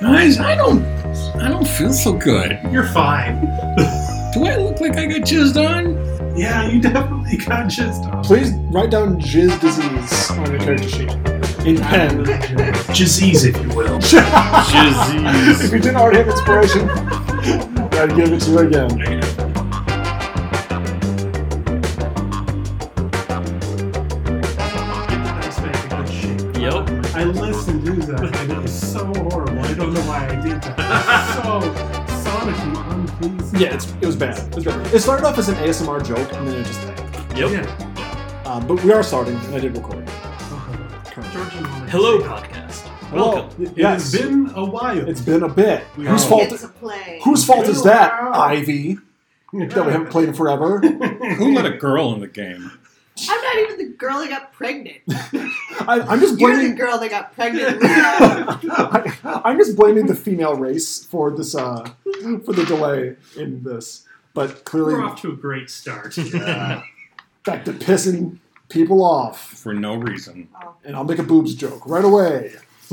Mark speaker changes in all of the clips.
Speaker 1: Guys, I don't, I don't feel so good.
Speaker 2: You're fine.
Speaker 1: Do I look like I got jizzed on?
Speaker 2: Yeah, you definitely got jizzed on.
Speaker 3: Please write down jizz disease on your character sheet in pen.
Speaker 2: Disease, if you will.
Speaker 3: if you didn't already have inspiration, I'd give it to you again.
Speaker 4: Yep.
Speaker 2: I listened to that and it was so horrible. I don't know why I did that. So sonically unpleasing.
Speaker 3: Yeah, it's, it was bad. It was bad. It started off as an ASMR joke, and then it just tanked.
Speaker 4: Yep.
Speaker 2: Yeah.
Speaker 3: Uh, but we are starting, and I did record.
Speaker 2: George and Mona.
Speaker 4: Hello, podcast. Welcome.
Speaker 3: Well, y-
Speaker 2: It
Speaker 3: yes,
Speaker 2: has been a while.
Speaker 3: it's been a bit.
Speaker 2: We
Speaker 3: Whose
Speaker 2: are-
Speaker 3: fault?
Speaker 5: It's a play.
Speaker 3: Whose fault is that, Ivy?
Speaker 2: been
Speaker 3: That we haven't played in forever.
Speaker 1: Who let a girl in the game?
Speaker 5: I'm not even the girl that got pregnant.
Speaker 3: I, I'm just
Speaker 5: You're the
Speaker 3: blaming.
Speaker 5: girl that got pregnant. Leo.
Speaker 3: I, I'm just blaming the female race for this uh, for the delay in this. But
Speaker 2: We're
Speaker 3: clearly,
Speaker 2: off to a great start.
Speaker 3: back to pissing people off,
Speaker 1: For no reason.
Speaker 3: and I'll make a boobs joke right away.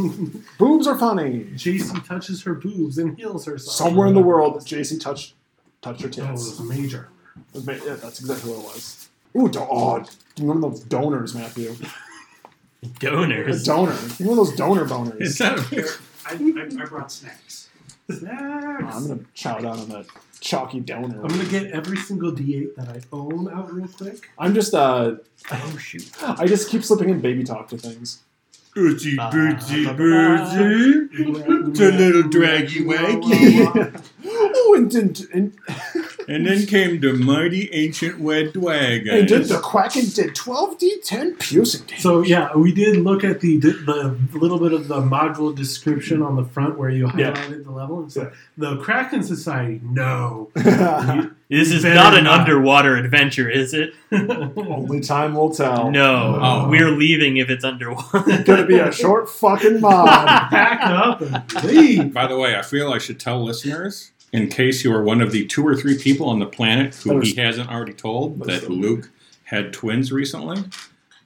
Speaker 3: boobs are funny.
Speaker 2: JC touches her boobs and heals herself.
Speaker 3: Somewhere in the world, JC touched touched her
Speaker 2: That was
Speaker 3: tits.
Speaker 2: major.
Speaker 4: Oh.
Speaker 3: Ma- yeah, that's exactly what it was. Ooh, do- oh, do you remember those donors, Matthew? A
Speaker 4: Donors.
Speaker 3: donor. You remember those donor
Speaker 1: Is
Speaker 3: boners?
Speaker 1: that
Speaker 2: Here, I, I, I brought snacks.
Speaker 3: Oh, I'm
Speaker 2: Snacks.
Speaker 3: gonna chow down on that chalky donor.
Speaker 2: I'm gonna get every single D8 that I own out real quick.
Speaker 3: I'm just uh,
Speaker 4: Oh shoot.
Speaker 3: I just keep slipping in baby talk to things.
Speaker 1: Oozy
Speaker 4: boozy, boozy.
Speaker 1: The little draggy waggy.
Speaker 3: oh, and did and,
Speaker 1: And then came the mighty ancient wed
Speaker 3: and did
Speaker 1: dwagon.
Speaker 3: the Kraken did twelve d ten piercing damage.
Speaker 2: So yeah, we did look at the the little bit of the module description on the front where you
Speaker 3: Yeah.
Speaker 2: highlighted the level. It's like, the Kraken Society, no. You-
Speaker 4: This is
Speaker 2: Better
Speaker 4: not an
Speaker 2: not.
Speaker 4: underwater adventure, is it?
Speaker 3: Only time will tell.
Speaker 4: No.
Speaker 1: Oh.
Speaker 4: We're leaving if it's underwater.
Speaker 3: Gonna be a short fucking mod.
Speaker 2: Pack up and leave.
Speaker 1: By the way, I feel I should tell listeners, in case you are one of the two or three people on the planet who he hasn't already told, that Luke had twins recently.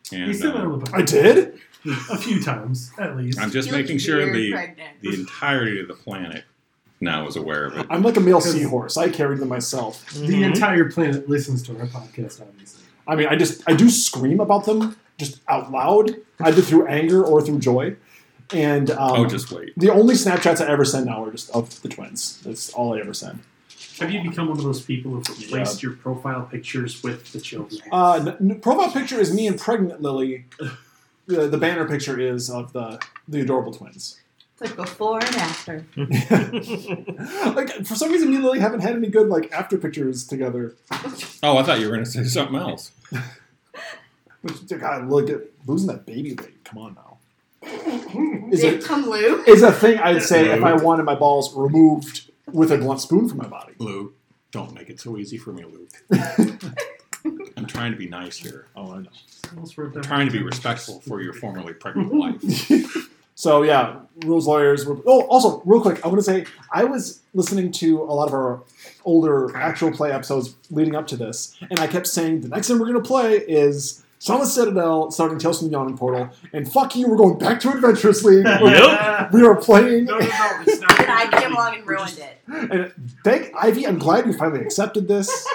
Speaker 2: He
Speaker 1: And
Speaker 2: said that
Speaker 1: uh,
Speaker 2: on the
Speaker 3: I did.
Speaker 2: podcast. a few times at least.
Speaker 1: I'm just
Speaker 5: You look
Speaker 1: making sure
Speaker 5: weird
Speaker 1: the,
Speaker 5: pregnant.
Speaker 1: the entirety of the planet now is aware of it.
Speaker 3: I'm like a male seahorse. I carried them myself.
Speaker 2: the entire planet listens to our podcast, obviously.
Speaker 3: I mean, I just I do scream about them just out loud, either through anger or through joy. And um,
Speaker 1: Oh, just wait.
Speaker 3: the only Snapchats I ever send now are just of the twins. That's all I ever send.
Speaker 6: Have you become one of those people who've replaced your profile pictures with the children?
Speaker 3: Uh, n- n- profile picture is me and pregnant Lily. The, the banner picture is of the the adorable twins.
Speaker 5: It's like before and after.
Speaker 3: like for some reason, me and Lily haven't had any good like after pictures together.
Speaker 1: Oh, I thought you were going to say something else.
Speaker 3: Which God, look at losing that baby weight. Come on now. Is it
Speaker 5: Did it come Lou?
Speaker 3: is a thing I'd say if I wanted my balls removed with a blunt spoon from my body.
Speaker 1: Luke, don't make it so easy for me, Luke. I'm trying to be nice here.
Speaker 3: Oh, I know.
Speaker 2: Almost worth
Speaker 1: I'm
Speaker 2: every
Speaker 1: trying to be
Speaker 2: time.
Speaker 1: respectful for your formerly pregnant wife.
Speaker 3: So yeah, rules lawyers. Were, oh, also real quick, I want to say I was listening to a lot of our older actual play episodes leading up to this, and I kept saying the next thing we're gonna play is Song of the Citadel, starting Tales from the Yawning Portal, and fuck you, we're going back to Adventurous League. We're-
Speaker 4: Nope.
Speaker 3: We are playing.
Speaker 6: No, no, no. It's not.
Speaker 5: And I came along and ruined it.
Speaker 3: And thank Ivy. I'm glad you finally accepted this.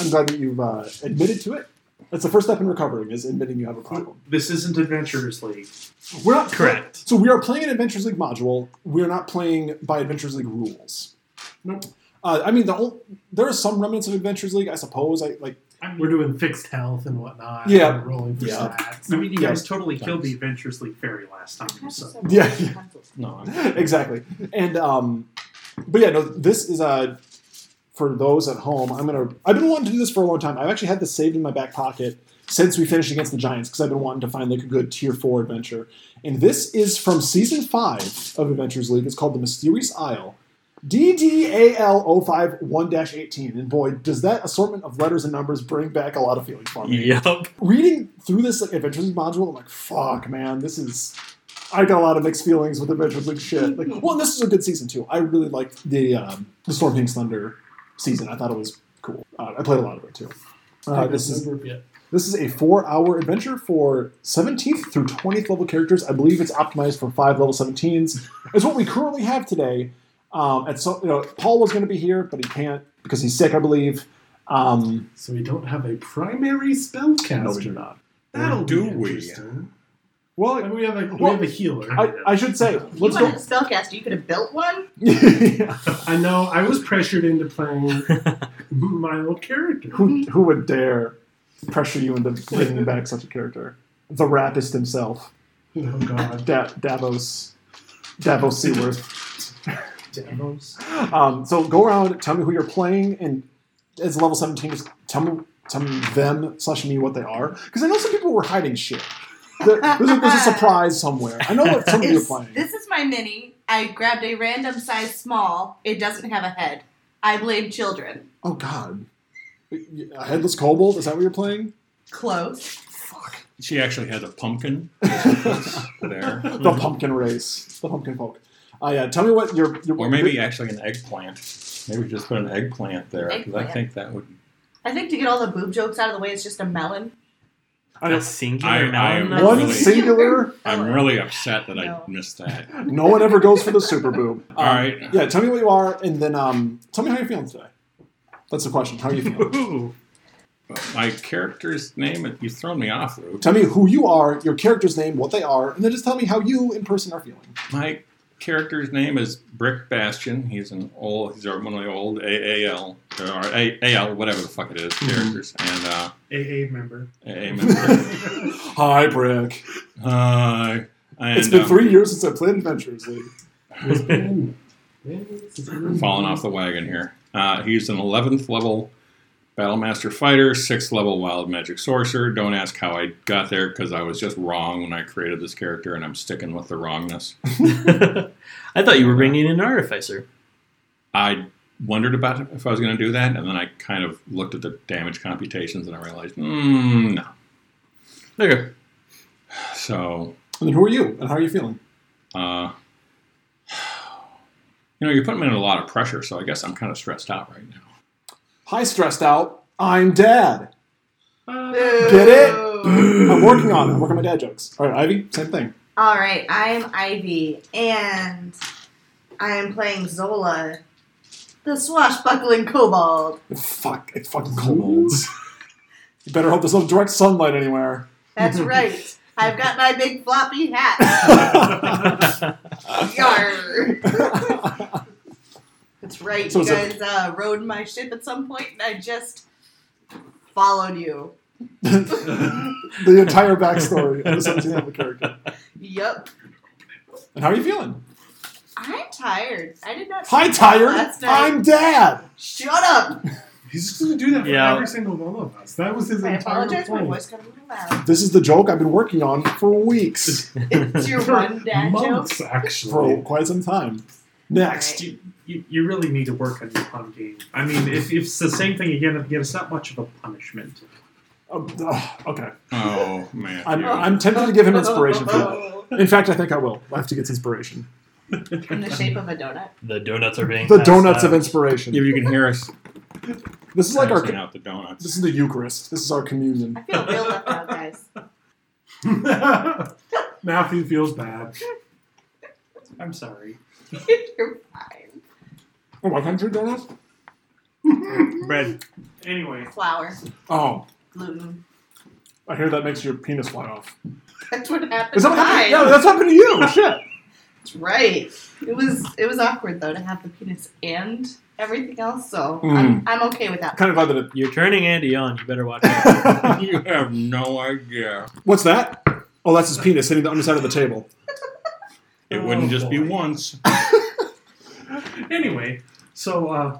Speaker 3: I'm glad that you've uh, admitted to it. That's the first step in recovering is admitting you have a problem.
Speaker 6: This isn't Adventurers League.
Speaker 3: We're not
Speaker 4: Correct.
Speaker 3: So we are playing an Adventures League module. We are not playing by Adventures League rules.
Speaker 2: Nope.
Speaker 3: Uh, I mean, the whole, there are some remnants of Adventures League, I suppose. I like.
Speaker 6: I mean,
Speaker 2: We're doing fixed health and whatnot.
Speaker 3: Yeah.
Speaker 2: and rolling for
Speaker 3: Yeah.
Speaker 2: stats.
Speaker 6: I mean, you
Speaker 3: Yeah.
Speaker 6: guys totally killed the Adventures League fairy last
Speaker 5: Oh,
Speaker 6: time. So.
Speaker 3: Yeah.
Speaker 1: No, I'm
Speaker 3: exactly. And um, but yeah, no. This is uh, for those at home. I'm gonna. I've been wanting to do this for a long time. I've actually had this saved in my back pocket since we finished against the Giants because I've been wanting to find like a good tier four adventure. And this is from season five of Adventures League. It's called The Mysterious Isle. DDAL 051 18. And boy, does that assortment of letters and numbers bring back a lot of feelings for me
Speaker 4: Yup.
Speaker 3: reading through this like adventures League module, I'm like, fuck, man, this is. I got a lot of mixed feelings with adventures League shit. Like, well, this is a good season too. I really liked the um, the Storm King's Thunder season. I thought it was cool. Uh, I played a lot of it too. Uh, this is
Speaker 2: Remember, yeah.
Speaker 3: This is a four-hour adventure for 17th through 20th level characters. I believe it's optimized for five level 17s. It's what we currently have today. Um, and so, you know, Paul was going to be here, but he can't because he's sick, I believe. Um,
Speaker 2: So we don't have a primary spellcaster.
Speaker 3: no, we do not.
Speaker 2: That'll
Speaker 1: Do
Speaker 2: be
Speaker 1: we?
Speaker 2: interesting.
Speaker 3: Well,
Speaker 2: And we have a we
Speaker 3: Well,
Speaker 2: have a healer.
Speaker 3: I, I should say,
Speaker 5: You
Speaker 3: let's go.
Speaker 5: wanted a spellcaster. You could have built one.
Speaker 3: Yeah.
Speaker 2: I know. I was pressured into playing my old character.
Speaker 3: who, who would dare pressure you into bringing back such a character? The rapist himself,
Speaker 2: Oh God,
Speaker 3: da- Davos, Davos Seaworth.
Speaker 2: Davos.
Speaker 3: Um, so go around, tell me who you're playing, and as level 17, just tell me, tell me them slash me what they are. Because I know some people were hiding shit. There, there's, a, there's a surprise somewhere. I know what some of you are
Speaker 5: It's-
Speaker 3: playing.
Speaker 5: this is my mini. I grabbed a random size small. It doesn't have a head. I blame children.
Speaker 3: oh God, a headless kobold? Is that what you're playing?
Speaker 5: Close.
Speaker 1: She actually has a pumpkin there.
Speaker 3: The pumpkin race, the pumpkin folk. Uh, yeah, tell me what your your
Speaker 1: Or maybe actually an eggplant. Maybe just put an eggplant there because I
Speaker 5: Eggplant.
Speaker 1: think that would.
Speaker 5: I think to get all the boob jokes out of the way, it's just a melon.
Speaker 3: I know.
Speaker 4: a singular
Speaker 1: I- I
Speaker 4: mountain.
Speaker 1: am
Speaker 3: one
Speaker 1: really-
Speaker 3: singular.
Speaker 1: I'm really upset that
Speaker 5: No.
Speaker 1: I missed that.
Speaker 3: No one ever goes for the super boob. Um,
Speaker 1: All right.
Speaker 3: Yeah, tell me what you are, and then um, tell me how you're feeling today. That's the question. How are you feeling?
Speaker 4: Ooh.
Speaker 1: My character's name, you've thrown me off, Luke.
Speaker 3: tell me who you are, your character's name, what they are, and then just tell me how you in person are feeling.
Speaker 1: My character's name is Brick Bastion. He's an old, he's our- one of the old AAL, or A- AL, whatever the fuck it is,
Speaker 3: Mm-hmm.
Speaker 1: characters. And, uh,
Speaker 6: AA member.
Speaker 1: AA member.
Speaker 3: Hi, Brick.
Speaker 1: uh, and,
Speaker 3: it's been
Speaker 1: um,
Speaker 3: three years since I played Adventures League.
Speaker 2: Where's Ben? Where's Ben?
Speaker 1: falling off the wagon here. Uh, he's an 11th level Battlemaster Fighter, 6th level Wild Magic Sorcerer. Don't ask how I got there because I was just wrong when I created this character and I'm sticking with the wrongness.
Speaker 4: I thought you were bringing in an artificer.
Speaker 1: I wondered about if I was going to do that and then I kind of looked at the damage computations and I realized, mm, no.
Speaker 4: Okay.
Speaker 1: So,
Speaker 3: And then who are you, and how are you feeling?
Speaker 1: uh, you know, you're putting me under a lot of pressure, so I guess I'm kind of stressed out right now.
Speaker 3: Hi, stressed out. I'm dad.
Speaker 5: Get
Speaker 3: it? I'm working on it. I'm working on my dad jokes. All right, Ivy, same thing.
Speaker 5: All right, I'm Ivy, and I am playing Zola, the swashbuckling kobold.
Speaker 3: Fuck, it fucking colds. you better hope there's no direct sunlight anywhere.
Speaker 5: That's right. I've got my big floppy hat. Yar. That's right.
Speaker 3: So
Speaker 5: you
Speaker 3: is
Speaker 5: guys
Speaker 3: it-
Speaker 5: uh, rode my ship at some point, and I just followed you.
Speaker 3: the entire backstory of the 17th level character.
Speaker 5: Yup.
Speaker 3: And how are you feeling?
Speaker 5: I'm tired. I did not.
Speaker 3: Hi,
Speaker 5: sleep
Speaker 3: tired.
Speaker 5: Last night.
Speaker 3: I'm dad.
Speaker 5: Shut up.
Speaker 2: He's just gonna do that for
Speaker 4: Yeah.
Speaker 2: every single one of us. That was his
Speaker 5: I
Speaker 2: entire
Speaker 5: apologize. My
Speaker 2: point.
Speaker 5: voice got a little loud.
Speaker 3: This is the joke I've been working on for weeks,
Speaker 5: It's your
Speaker 2: For
Speaker 5: one dad joke.
Speaker 2: months, actually.
Speaker 3: for quite some time. Next.
Speaker 5: Right.
Speaker 6: You, you, you really need to work on your pun game. I mean, if, if it's the same thing again and again, it's not much of a punishment.
Speaker 3: Oh, ugh, okay.
Speaker 1: Oh, man.
Speaker 3: I'm, I'm tempted to give him inspiration for that.
Speaker 5: In
Speaker 3: In fact, I think I will. I have to get inspiration.
Speaker 5: the shape of a donut.
Speaker 4: The donuts are being
Speaker 3: The
Speaker 4: passed
Speaker 3: donuts
Speaker 4: out.
Speaker 3: of inspiration.
Speaker 1: if you can hear us,
Speaker 3: This is like our.
Speaker 1: passing out the donuts.
Speaker 3: This is the Eucharist. This is our communion.
Speaker 5: I feel real left out, guys.
Speaker 2: Matthew feels bad.
Speaker 6: I'm sorry.
Speaker 5: You're fine.
Speaker 3: Oh, my country donuts.
Speaker 6: Bread. Anyway,
Speaker 5: Flour,
Speaker 3: Oh,
Speaker 5: gluten.
Speaker 3: I hear that makes your penis fly off.
Speaker 5: That's what happened.
Speaker 3: Is that
Speaker 5: to
Speaker 3: what happened?
Speaker 5: mine.
Speaker 3: No, that's happened to you. Shit.
Speaker 5: That's right. It was it was awkward though to have the penis and everything else. So I'm,
Speaker 3: Hmm.
Speaker 5: I'm okay with that.
Speaker 3: Kind of glad that
Speaker 4: You're turning Andy on. You better watch out.
Speaker 3: it.
Speaker 1: You have no idea.
Speaker 3: What's that? Oh, that's his penis hitting the underside of the table.
Speaker 1: It wouldn't just be
Speaker 6: Oh, boy.
Speaker 1: once.
Speaker 6: anyway, so uh,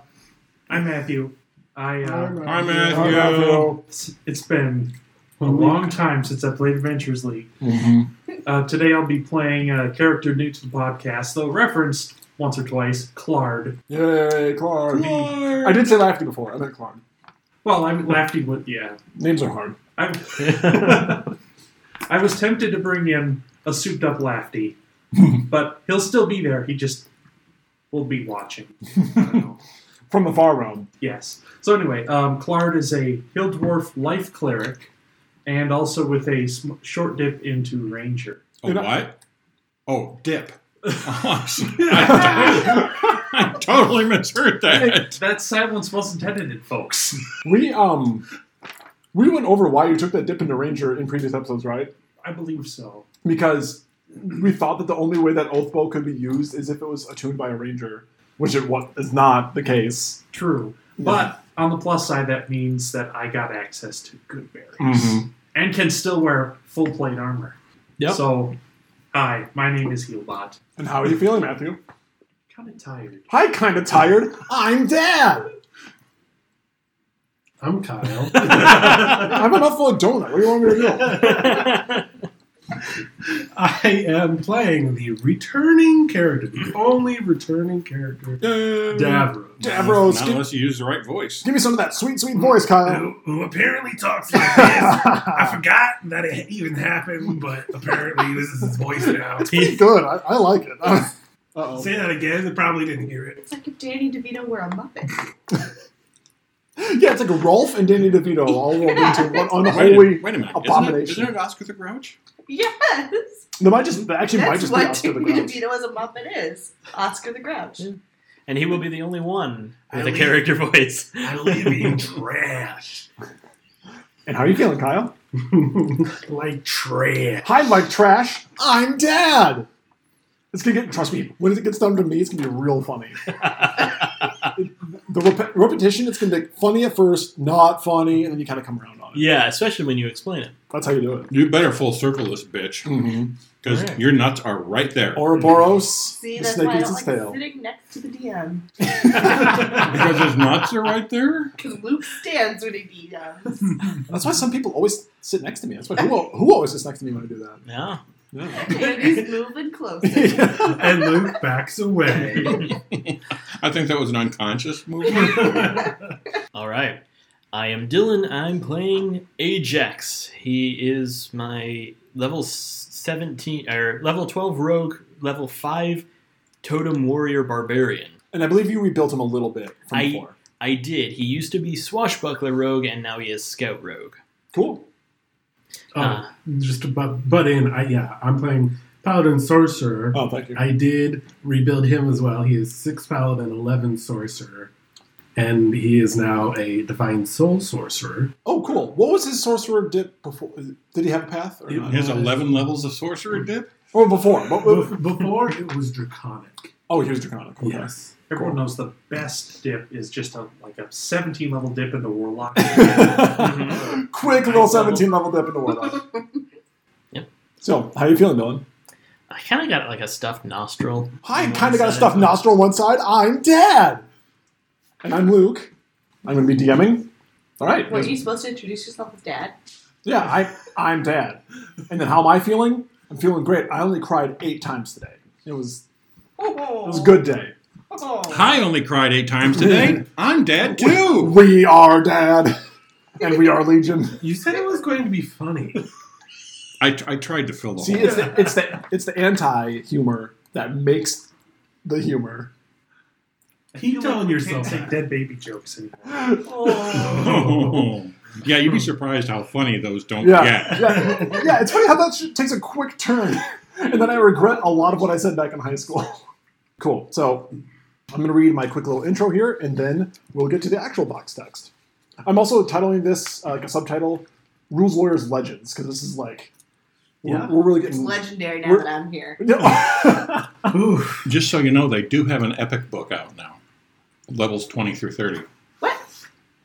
Speaker 6: I'm Matthew. I uh,
Speaker 1: Hi,
Speaker 3: Oh,
Speaker 1: Matthew.
Speaker 3: Matthew.
Speaker 6: it's, it's been a long time since I played Adventures League. Uh, today I'll be playing a character new to the podcast, though referenced once or twice, Claude.
Speaker 3: Yay, Clark. I
Speaker 1: Clark.
Speaker 3: did say Lafty before. I meant Clark.
Speaker 6: Well, I'm Lafty with yeah.
Speaker 3: Names are hard.
Speaker 6: I'm, I was tempted to bring in a souped-up Lafty, but he'll still be there. He just will be watching. I don't know.
Speaker 3: From the far realm.
Speaker 6: Yes. So anyway, um, Claard is a hill dwarf life cleric and also with a sm- short dip into Ranger.
Speaker 1: Oh,
Speaker 3: And I-
Speaker 1: what? Oh, dip. Oh, shit. I, I totally misheard that.
Speaker 6: That silence wasn't edited, folks.
Speaker 3: We um we went over why you took that dip into Ranger in previous episodes, right?
Speaker 6: I believe so.
Speaker 3: Because we thought that the only way that Oath Bow could be used is if it was attuned by a ranger, which it wa- is not the case.
Speaker 6: True. But on the plus side, that means that I got access to good berries
Speaker 3: Mhm.
Speaker 6: and can still wear full plate armor.
Speaker 4: Yep.
Speaker 6: So, hi, my name is Healbot.
Speaker 3: And how are you feeling, Matthew?
Speaker 6: Kind of tired.
Speaker 3: Hi, kind of tired. I'm Dad.
Speaker 2: I'm Kyle.
Speaker 3: I'm a mouthful of donut. What do you want me to do?
Speaker 2: I am playing the returning character, the only returning character, Davros.
Speaker 3: Davros,
Speaker 1: Not
Speaker 3: give-
Speaker 1: unless you use the right voice.
Speaker 3: Give me some of that sweet, sweet voice, Kyle.
Speaker 2: Who, who apparently talks like this. I forgot that it even happened, but apparently this is his voice now.
Speaker 3: Pretty good. I, I like it. Uh oh.
Speaker 2: Say that again. They probably didn't hear it.
Speaker 5: It's like if Danny DeVito were a Muppet.
Speaker 3: Yeah, it's like Rolf and Danny DeVito all rolled into one
Speaker 1: Wait a,
Speaker 3: unholy.
Speaker 1: wait a minute. Isn't it,
Speaker 3: abomination.
Speaker 1: isn't it Oscar the Grouch?
Speaker 5: Yes.
Speaker 3: That might just that actually might
Speaker 5: That's
Speaker 3: just be
Speaker 5: what
Speaker 3: Oscar the
Speaker 5: Danny
Speaker 3: Grouch.
Speaker 5: DeVito as a Muppet is. Oscar the Grouch.
Speaker 4: Yeah. and he will be the only one
Speaker 2: I
Speaker 4: with a
Speaker 2: leave-
Speaker 4: character voice.
Speaker 2: I live in trash.
Speaker 3: And how are you feeling, Kyle?
Speaker 2: like trash.
Speaker 3: Hi, Mike Trash. I'm Dad. It's gonna get. Trust me. When it gets done to me, it's gonna be real funny. The rep- repetition, it's gonna be funny at first, not funny, and then you kind of come around on it.
Speaker 4: yeah, especially when you explain it.
Speaker 3: That's how you do it.
Speaker 1: You better full circle this bitch
Speaker 3: Mm-hmm.
Speaker 1: because
Speaker 4: Alright.
Speaker 1: your nuts are right there.
Speaker 3: Ouroboros.
Speaker 5: See,
Speaker 3: the
Speaker 5: that's
Speaker 3: snake
Speaker 5: why I
Speaker 3: eats
Speaker 5: don't
Speaker 3: its
Speaker 5: like
Speaker 3: tail.
Speaker 5: sitting next to the DM.
Speaker 1: because his nuts are right there.
Speaker 5: Because Luke stands when he DMs.
Speaker 3: That's why some people always sit next to me. That's why who, who always sits next to me when I do that.
Speaker 4: No.
Speaker 5: and he's moving closer.
Speaker 3: Yeah.
Speaker 2: And Luke backs away.
Speaker 1: I think that was an unconscious movement.
Speaker 4: All right. I am Dylan. I'm playing Ajax. He is my level 17 or level 12 rogue, level 5 totem warrior barbarian.
Speaker 3: And I believe you rebuilt him a little bit from
Speaker 4: I-
Speaker 3: before.
Speaker 4: I did. He used to be swashbuckler rogue and now he is scout rogue.
Speaker 3: Cool.
Speaker 2: Oh,
Speaker 4: Uh.
Speaker 2: just to butt, butt in, I, yeah, I'm playing Paladin Sorcerer.
Speaker 3: Oh, thank you.
Speaker 2: I did rebuild him as well. He is six Paladin, 11 Sorcerer. And he is now a Divine Soul Sorcerer.
Speaker 3: Oh, cool. What was his sorcerer dip before? Did he have a path or
Speaker 2: He-
Speaker 3: not?
Speaker 1: His eleven levels of sorcerer dip.
Speaker 3: Or before? What- what-
Speaker 2: Bef- Before it was Draconic.
Speaker 3: oh, he was draconic. Okay.
Speaker 2: Yes.
Speaker 6: Everyone knows the best dip is just a like a 17 level dip into Warlock.
Speaker 4: Mhm.
Speaker 3: Quick little seventeen level dip into warlock.
Speaker 4: Yep.
Speaker 3: So, how you feeling, Dylan?
Speaker 4: I kind of got like a stuffed nostril.
Speaker 3: I
Speaker 4: on
Speaker 3: kind
Speaker 4: one
Speaker 3: of got a
Speaker 4: side.
Speaker 3: stuffed nostril on one side. I'm Dad, and I'm Luke. I'm going to be DMing. All right.
Speaker 5: Were you supposed to introduce yourself as dad?
Speaker 3: Yeah, I, I'm dad. And then how am I feeling? I'm feeling great. I only cried eight times today. It was
Speaker 5: Oh,
Speaker 3: it was a good day.
Speaker 5: Oh.
Speaker 1: I only cried eight times today. I'm dead too.
Speaker 3: We are dad, and we are legion.
Speaker 2: You said it was going to be funny.
Speaker 1: I, I tried to fill the
Speaker 3: See,
Speaker 1: hole.
Speaker 3: it's the it's the it's the anti humor that makes the humor.
Speaker 2: Keep telling yourself
Speaker 6: Can't
Speaker 2: that.
Speaker 6: take dead baby jokes anymore.
Speaker 5: Oh.
Speaker 1: yeah, you'd be surprised how funny those don't
Speaker 3: Yeah,
Speaker 1: get.
Speaker 3: yeah, yeah. It's funny how that sh- takes a quick turn, and then I regret a lot of what I said back in high school. Cool. So I'm going to read my quick little intro here, and then we'll get to the actual box text. I'm also titling this uh, like a subtitle: "Rules Lawyers Legends" because this is like we're-
Speaker 2: Yeah.
Speaker 3: we're, really
Speaker 5: It's
Speaker 3: getting.
Speaker 5: legendary now
Speaker 3: We're-
Speaker 5: that I'm here.
Speaker 3: No.
Speaker 2: Ooh.
Speaker 1: Just so you know, they do have an epic book out now, levels twenty through thirty.
Speaker 5: What?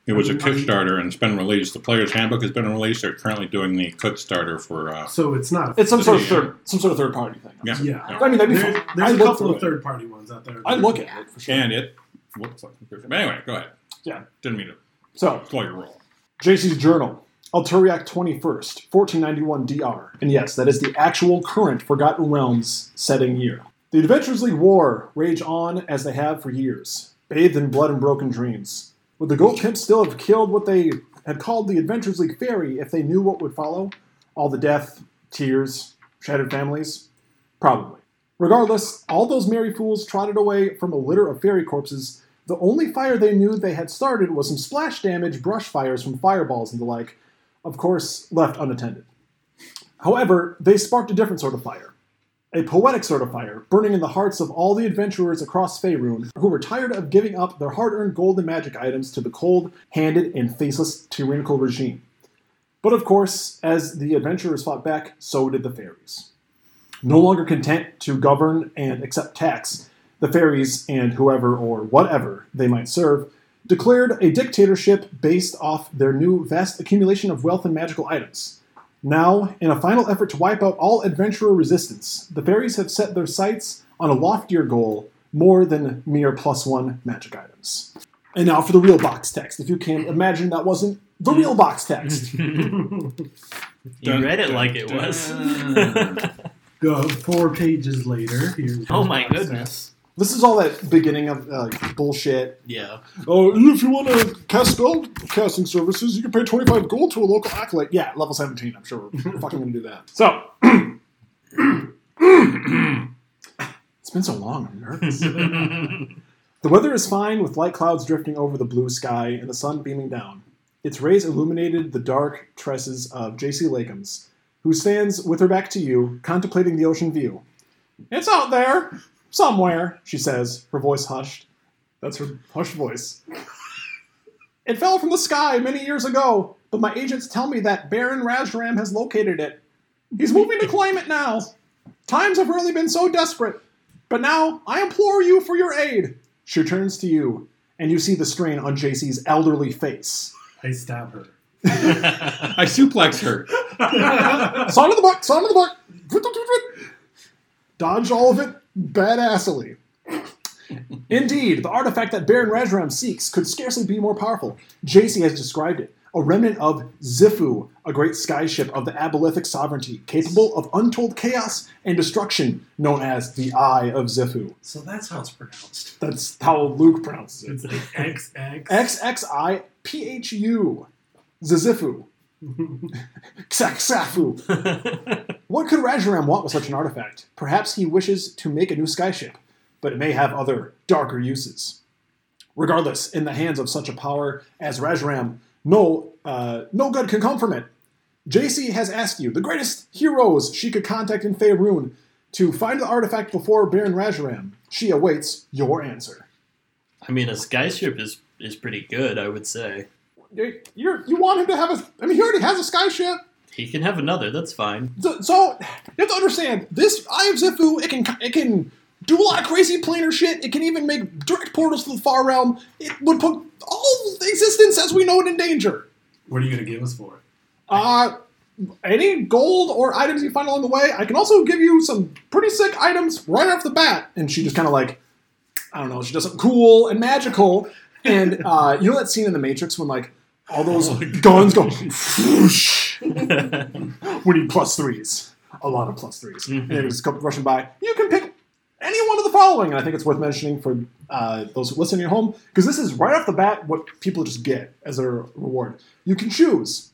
Speaker 1: It was a Kickstarter and it's been released. The Player's Handbook has been released. They're currently doing the Kickstarter for. Uh,
Speaker 2: So it's not.
Speaker 3: it's some sort of third, some sort of third party thing.
Speaker 1: Yeah.
Speaker 2: yeah.
Speaker 3: I mean, that'd be
Speaker 2: There's,
Speaker 3: fun.
Speaker 2: there's
Speaker 3: I'd
Speaker 2: a
Speaker 3: look
Speaker 2: couple
Speaker 3: through
Speaker 2: of
Speaker 3: it.
Speaker 2: third party ones out there.
Speaker 3: I'd look at it for sure.
Speaker 1: and it. What the fuck? but Anyway, go ahead.
Speaker 3: Yeah.
Speaker 1: Didn't mean to
Speaker 3: So
Speaker 1: slow your roll.
Speaker 3: JC's Journal, Alturiac 21st, 1491 DR. And yes, that is the actual current Forgotten Realms setting year. The Adventures League War rage on as they have for years, bathed in blood and broken dreams. Would the Goat Pimps still have killed what they had called the Adventures League Fairy if they knew what would follow? All the death, tears, shattered families? Probably. Regardless, all those merry fools trotted away from a litter of fairy corpses. The only fire they knew they had started was some splash damage brush fires from fireballs and the like, of course, left unattended. However, they sparked a different sort of fire. A poetic sort of fire, burning in the hearts of all the adventurers across Faerun, who were tired of giving up their hard earned gold and magic items to the cold handed and faceless tyrannical regime. But of course, as the adventurers fought back, so did the fairies. No longer content to govern and accept tax, the fairies and whoever or whatever they might serve declared a dictatorship based off their new vast accumulation of wealth and magical items. Now, in a final effort to wipe out all adventurer resistance, the fairies have set their sights on a loftier goal more than mere plus one magic items. And now for the real box text. If you can imagine that wasn't the real box text.
Speaker 4: you
Speaker 1: Dun,
Speaker 4: read it
Speaker 1: dun,
Speaker 4: like it
Speaker 1: dun.
Speaker 4: was.
Speaker 2: Go four pages later. Here's
Speaker 4: oh my
Speaker 2: box set.
Speaker 4: goodness.
Speaker 3: This is all that beginning of uh, bullshit
Speaker 4: Yeah.
Speaker 3: Oh, and if you want to cast spell casting services, you can pay 25 gold to a local acolyte. Yeah, level 17, I'm sure we're fucking going to do that. So. it's been so long, I'm nervous. the weather is fine with light clouds drifting over the blue sky and the sun beaming down. Its rays illuminated the dark tresses of J.C. Lakeham's, who stands with her back to you, contemplating the ocean view. It's out there, somewhere, she says, her voice hushed. That's her hushed voice. it fell from the sky many years ago, but my agents tell me that Baron Rajram has located it. He's moving to claim it now. Times have really been so desperate. But now I implore you for your aid. She turns to you, and you see the strain on JC's elderly face.
Speaker 2: I stab her.
Speaker 1: I suplex her.
Speaker 3: Son of the buck, son of the buck. Dodge all of it badassily. Indeed, the artifact that Baron Rajram seeks could scarcely be more powerful. JC has described it a remnant of Zifu, a great skyship of the Abolithic sovereignty, capable of untold chaos and destruction, known as the Eye of Zifu.
Speaker 6: So that's how it's pronounced.
Speaker 3: That's how Luke pronounces it.
Speaker 2: It's like X X.
Speaker 3: XXIPHU. Zizifu. Xaxafu. What could Rajaram want with such an artifact? Perhaps he wishes to make a new skyship, but it may have other, darker uses. Regardless, in the hands of such a power as Rajaram, no, uh, no good can come from it. JC has asked you, the greatest heroes she could contact in Faerun, to find the artifact before Baron Rajaram. She awaits your answer.
Speaker 4: I mean, a skyship is is pretty good, I would say.
Speaker 3: You're, you want him to have a. I mean, he already has a skyship.
Speaker 4: He can have another. That's fine.
Speaker 3: So, so you have to understand this Eye of Zifu. It can it can do a lot of crazy planar shit. It can even make direct portals to the far realm. It would put all existence as we know it in danger.
Speaker 2: What are you gonna give us for it?
Speaker 3: Uh any gold or items you find along the way. I can also give you some pretty sick items right off the bat. And she just kind of like, I don't know, she does something cool and magical. And uh, you know that scene in The Matrix when like all those guns go whoosh we need plus threes. A lot of plus 3s And it was rushing by. You can pick any one of the following. And I think it's worth mentioning for uh, those who listen at home, because this is right off the bat what people just get as their reward. You can choose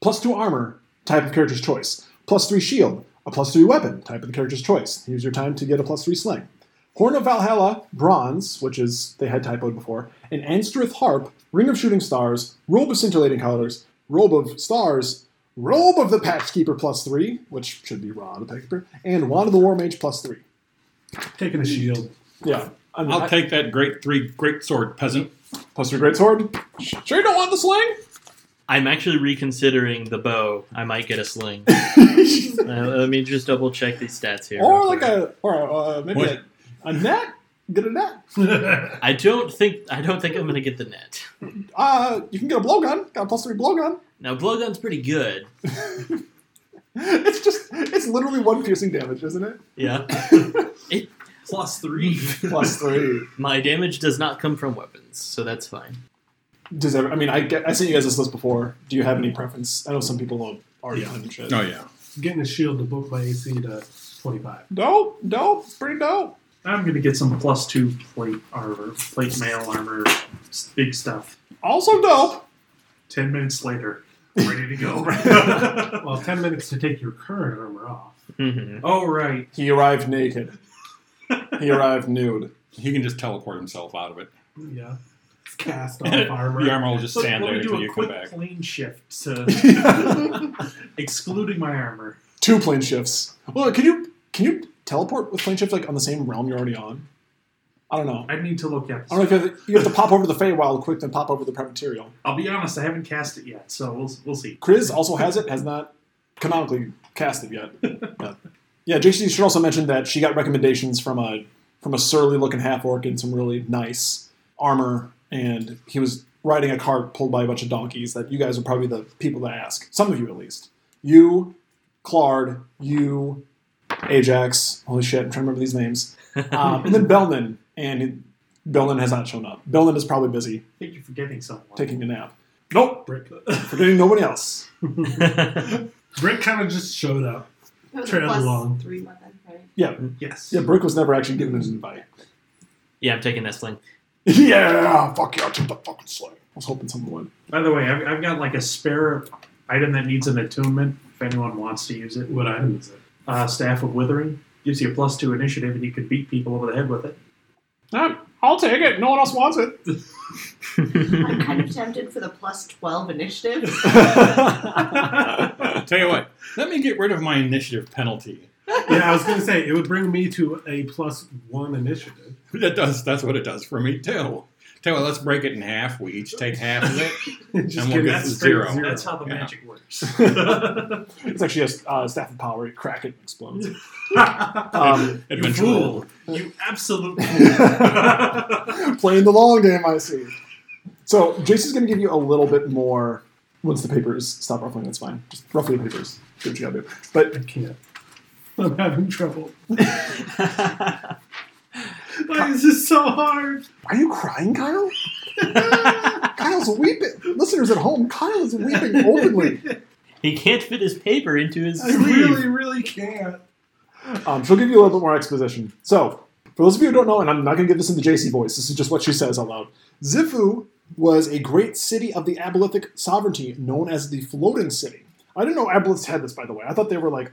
Speaker 3: plus two armor type of character's choice, plus three shield, a plus three weapon type of the character's choice. Here's your time to get a plus three sling. Horn of Valhalla, bronze, which is they had typoed before, an Anstrith harp, ring of shooting stars, robe of scintillating colors, robe of stars, robe of the Patchkeeper plus three, which should be Rod of the Patchkeeper, and wand of the War Mage plus three.
Speaker 2: Taking a shield.
Speaker 3: Yeah, I mean,
Speaker 1: I'll
Speaker 3: I-
Speaker 1: take that great three great sword peasant.
Speaker 3: plus your great sword. Sure, you don't want the sling.
Speaker 4: I'm actually reconsidering the bow. I might get a sling. Uh, let me just double check these stats here.
Speaker 3: or
Speaker 4: real
Speaker 3: like
Speaker 4: quick.
Speaker 3: a or uh, maybe
Speaker 1: What?
Speaker 3: a, a net. Get a net.
Speaker 4: I don't think I don't think I'm gonna get the net.
Speaker 3: Uh, you can get a blowgun. Got a plus three blowgun.
Speaker 4: Now blowgun's pretty good.
Speaker 3: It's just it's literally one piercing damage, isn't it?
Speaker 4: Yeah.
Speaker 6: Plus three.
Speaker 3: Plus three.
Speaker 4: My damage does not come from weapons, so that's fine.
Speaker 3: Does ever, I mean I get, I sent you guys this list before. Do you have any preference? I know some people love Argon and shit.
Speaker 1: Oh yeah.
Speaker 2: Getting a shield to bump my AC to twenty five.
Speaker 3: Dope, dope, pretty dope.
Speaker 6: I'm gonna get some plus two plate armor, plate mail armor, s- big stuff.
Speaker 3: Also dope.
Speaker 6: Ten minutes later, ready to go.
Speaker 2: Well, ten minutes to take your current armor off.
Speaker 3: Mm-hmm.
Speaker 4: Mhm.
Speaker 6: oh right.
Speaker 3: He arrived naked. he arrived nude.
Speaker 1: He can just teleport himself out of it.
Speaker 2: Yeah. It's cast off armor.
Speaker 1: The armor will just
Speaker 6: Let-
Speaker 1: stand
Speaker 6: let
Speaker 1: there
Speaker 6: me
Speaker 1: until
Speaker 6: do a
Speaker 1: you come
Speaker 6: quick
Speaker 1: back.
Speaker 6: plane shift to excluding my armor.
Speaker 3: Two plane shifts. Well, can you can you teleport with plane shift like on the same realm you're already on? I don't know.
Speaker 6: I need to look at
Speaker 3: I don't
Speaker 6: this.
Speaker 3: know if you have, you have to pop over to the Feywild quick, then pop over to the Primaterial.
Speaker 6: I'll be honest, I haven't cast it yet, so we'll, we'll see.
Speaker 3: Kriz also has it, has not canonically cast it yet. yeah. yeah, JC should also mention that she got recommendations from a from a surly looking half orc in some really nice armor, and he was riding a cart pulled by a bunch of donkeys. That you guys are probably the people to ask. Some of you at least. You, Claude, you, Ajax. Holy shit, I'm trying to remember these names. Um, and then Belnan, and Belnan has not shown up. Belnan is probably busy
Speaker 6: I think you're forgetting someone.
Speaker 3: taking a nap. Nope,
Speaker 2: Brick.
Speaker 3: forgetting nobody else.
Speaker 2: Brick kind of just showed up.
Speaker 5: That was a
Speaker 2: Trail
Speaker 5: plus
Speaker 2: along.
Speaker 5: three weapon, right?
Speaker 6: yes.
Speaker 3: Yeah, Brick was never actually given his invite.
Speaker 4: yeah, I'm taking that sling.
Speaker 3: Yeah, fuck yeah, take the fucking sling. I was hoping someone would.
Speaker 6: By the way, I've, I've got like a spare item that needs an attunement if anyone wants to use it.
Speaker 2: What item is it?
Speaker 6: Uh, Staff of Withering gives you a plus two initiative, and you could beat people over the head with it.
Speaker 3: I'll take it. No one else wants it.
Speaker 5: I'm kind of tempted for the plus 12 initiative.
Speaker 1: Tell you what, let me get rid of my initiative penalty.
Speaker 2: Yeah, I was going to say it would bring me to a plus one initiative.
Speaker 1: That does. That's what it does for me too. Tell you what, let's break it in half. We each take half of it.
Speaker 2: just
Speaker 1: And we'll
Speaker 2: get
Speaker 1: get
Speaker 2: it
Speaker 1: to
Speaker 2: straight
Speaker 1: zero.
Speaker 2: zero.
Speaker 6: That's how the
Speaker 1: Yeah.
Speaker 6: magic works.
Speaker 3: it's actually a uh, staff of power. You crack it and explodes. Um,
Speaker 6: you
Speaker 1: Adventure roll.
Speaker 6: fool! You absolute fool!
Speaker 3: playing the long game, I see. So Jason's going to give you a little bit more. Once the papers stop ruffling, that's fine. Just ruffle the papers. Do what you got to do. But
Speaker 2: I can't. I'm having trouble. Why is this so hard?
Speaker 3: are you crying, Kyle? Kyle's weeping. Listeners at home, Kyle is weeping openly.
Speaker 4: he can't fit his paper into his
Speaker 2: I
Speaker 4: sleeve.
Speaker 2: really, really can't.
Speaker 3: Um, she'll give you a little bit more exposition. So, for those of you who don't know, and I'm not going to give this in the JC voice, this is just what she says out loud. Zifu was a great city of the Abolithic sovereignty known as the Floating City. I didn't know Aboliths had this, by the way. I thought they were like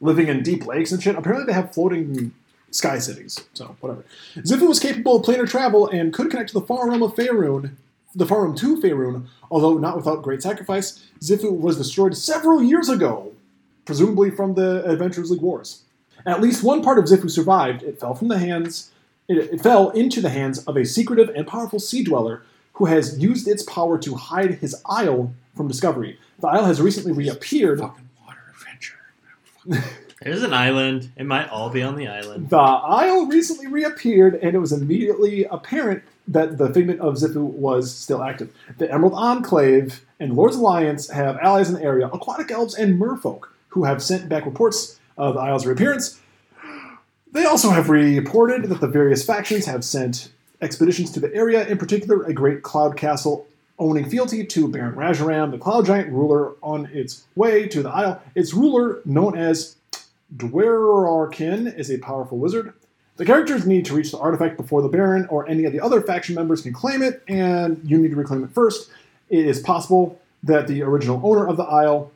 Speaker 3: living in deep lakes and shit. Apparently, they have floating sky cities. So, whatever. Zifu was capable of planar travel and could connect to the far realm of Faerun, the far realm to Faerun, although not without great sacrifice. Zifu was destroyed several years ago, presumably from the Adventurers League Wars. At least one part of Zifu survived. It fell from the hands. It, it fell into the hands of a secretive and powerful sea dweller who has used its power to hide his isle from discovery. The isle has recently reappeared.
Speaker 1: Fucking water adventure.
Speaker 4: There's an island. It might all be on the island.
Speaker 3: The isle recently reappeared, and it was immediately apparent that the figment of Zifu was still active. The Emerald Enclave and Lord's Alliance have allies in the area, aquatic elves and merfolk, who have sent back reports of the isle's reappearance. They also have reported that the various factions have sent expeditions to the area, in particular, a great cloud castle owning fealty to Baron Rajaram, the cloud giant ruler, on its way to the isle. Its ruler, known as Dwerarkin is a powerful wizard. The characters need to reach the artifact before the Baron or any of the other faction members can claim it, and you need to reclaim it first. It is possible that the original owner of the Isle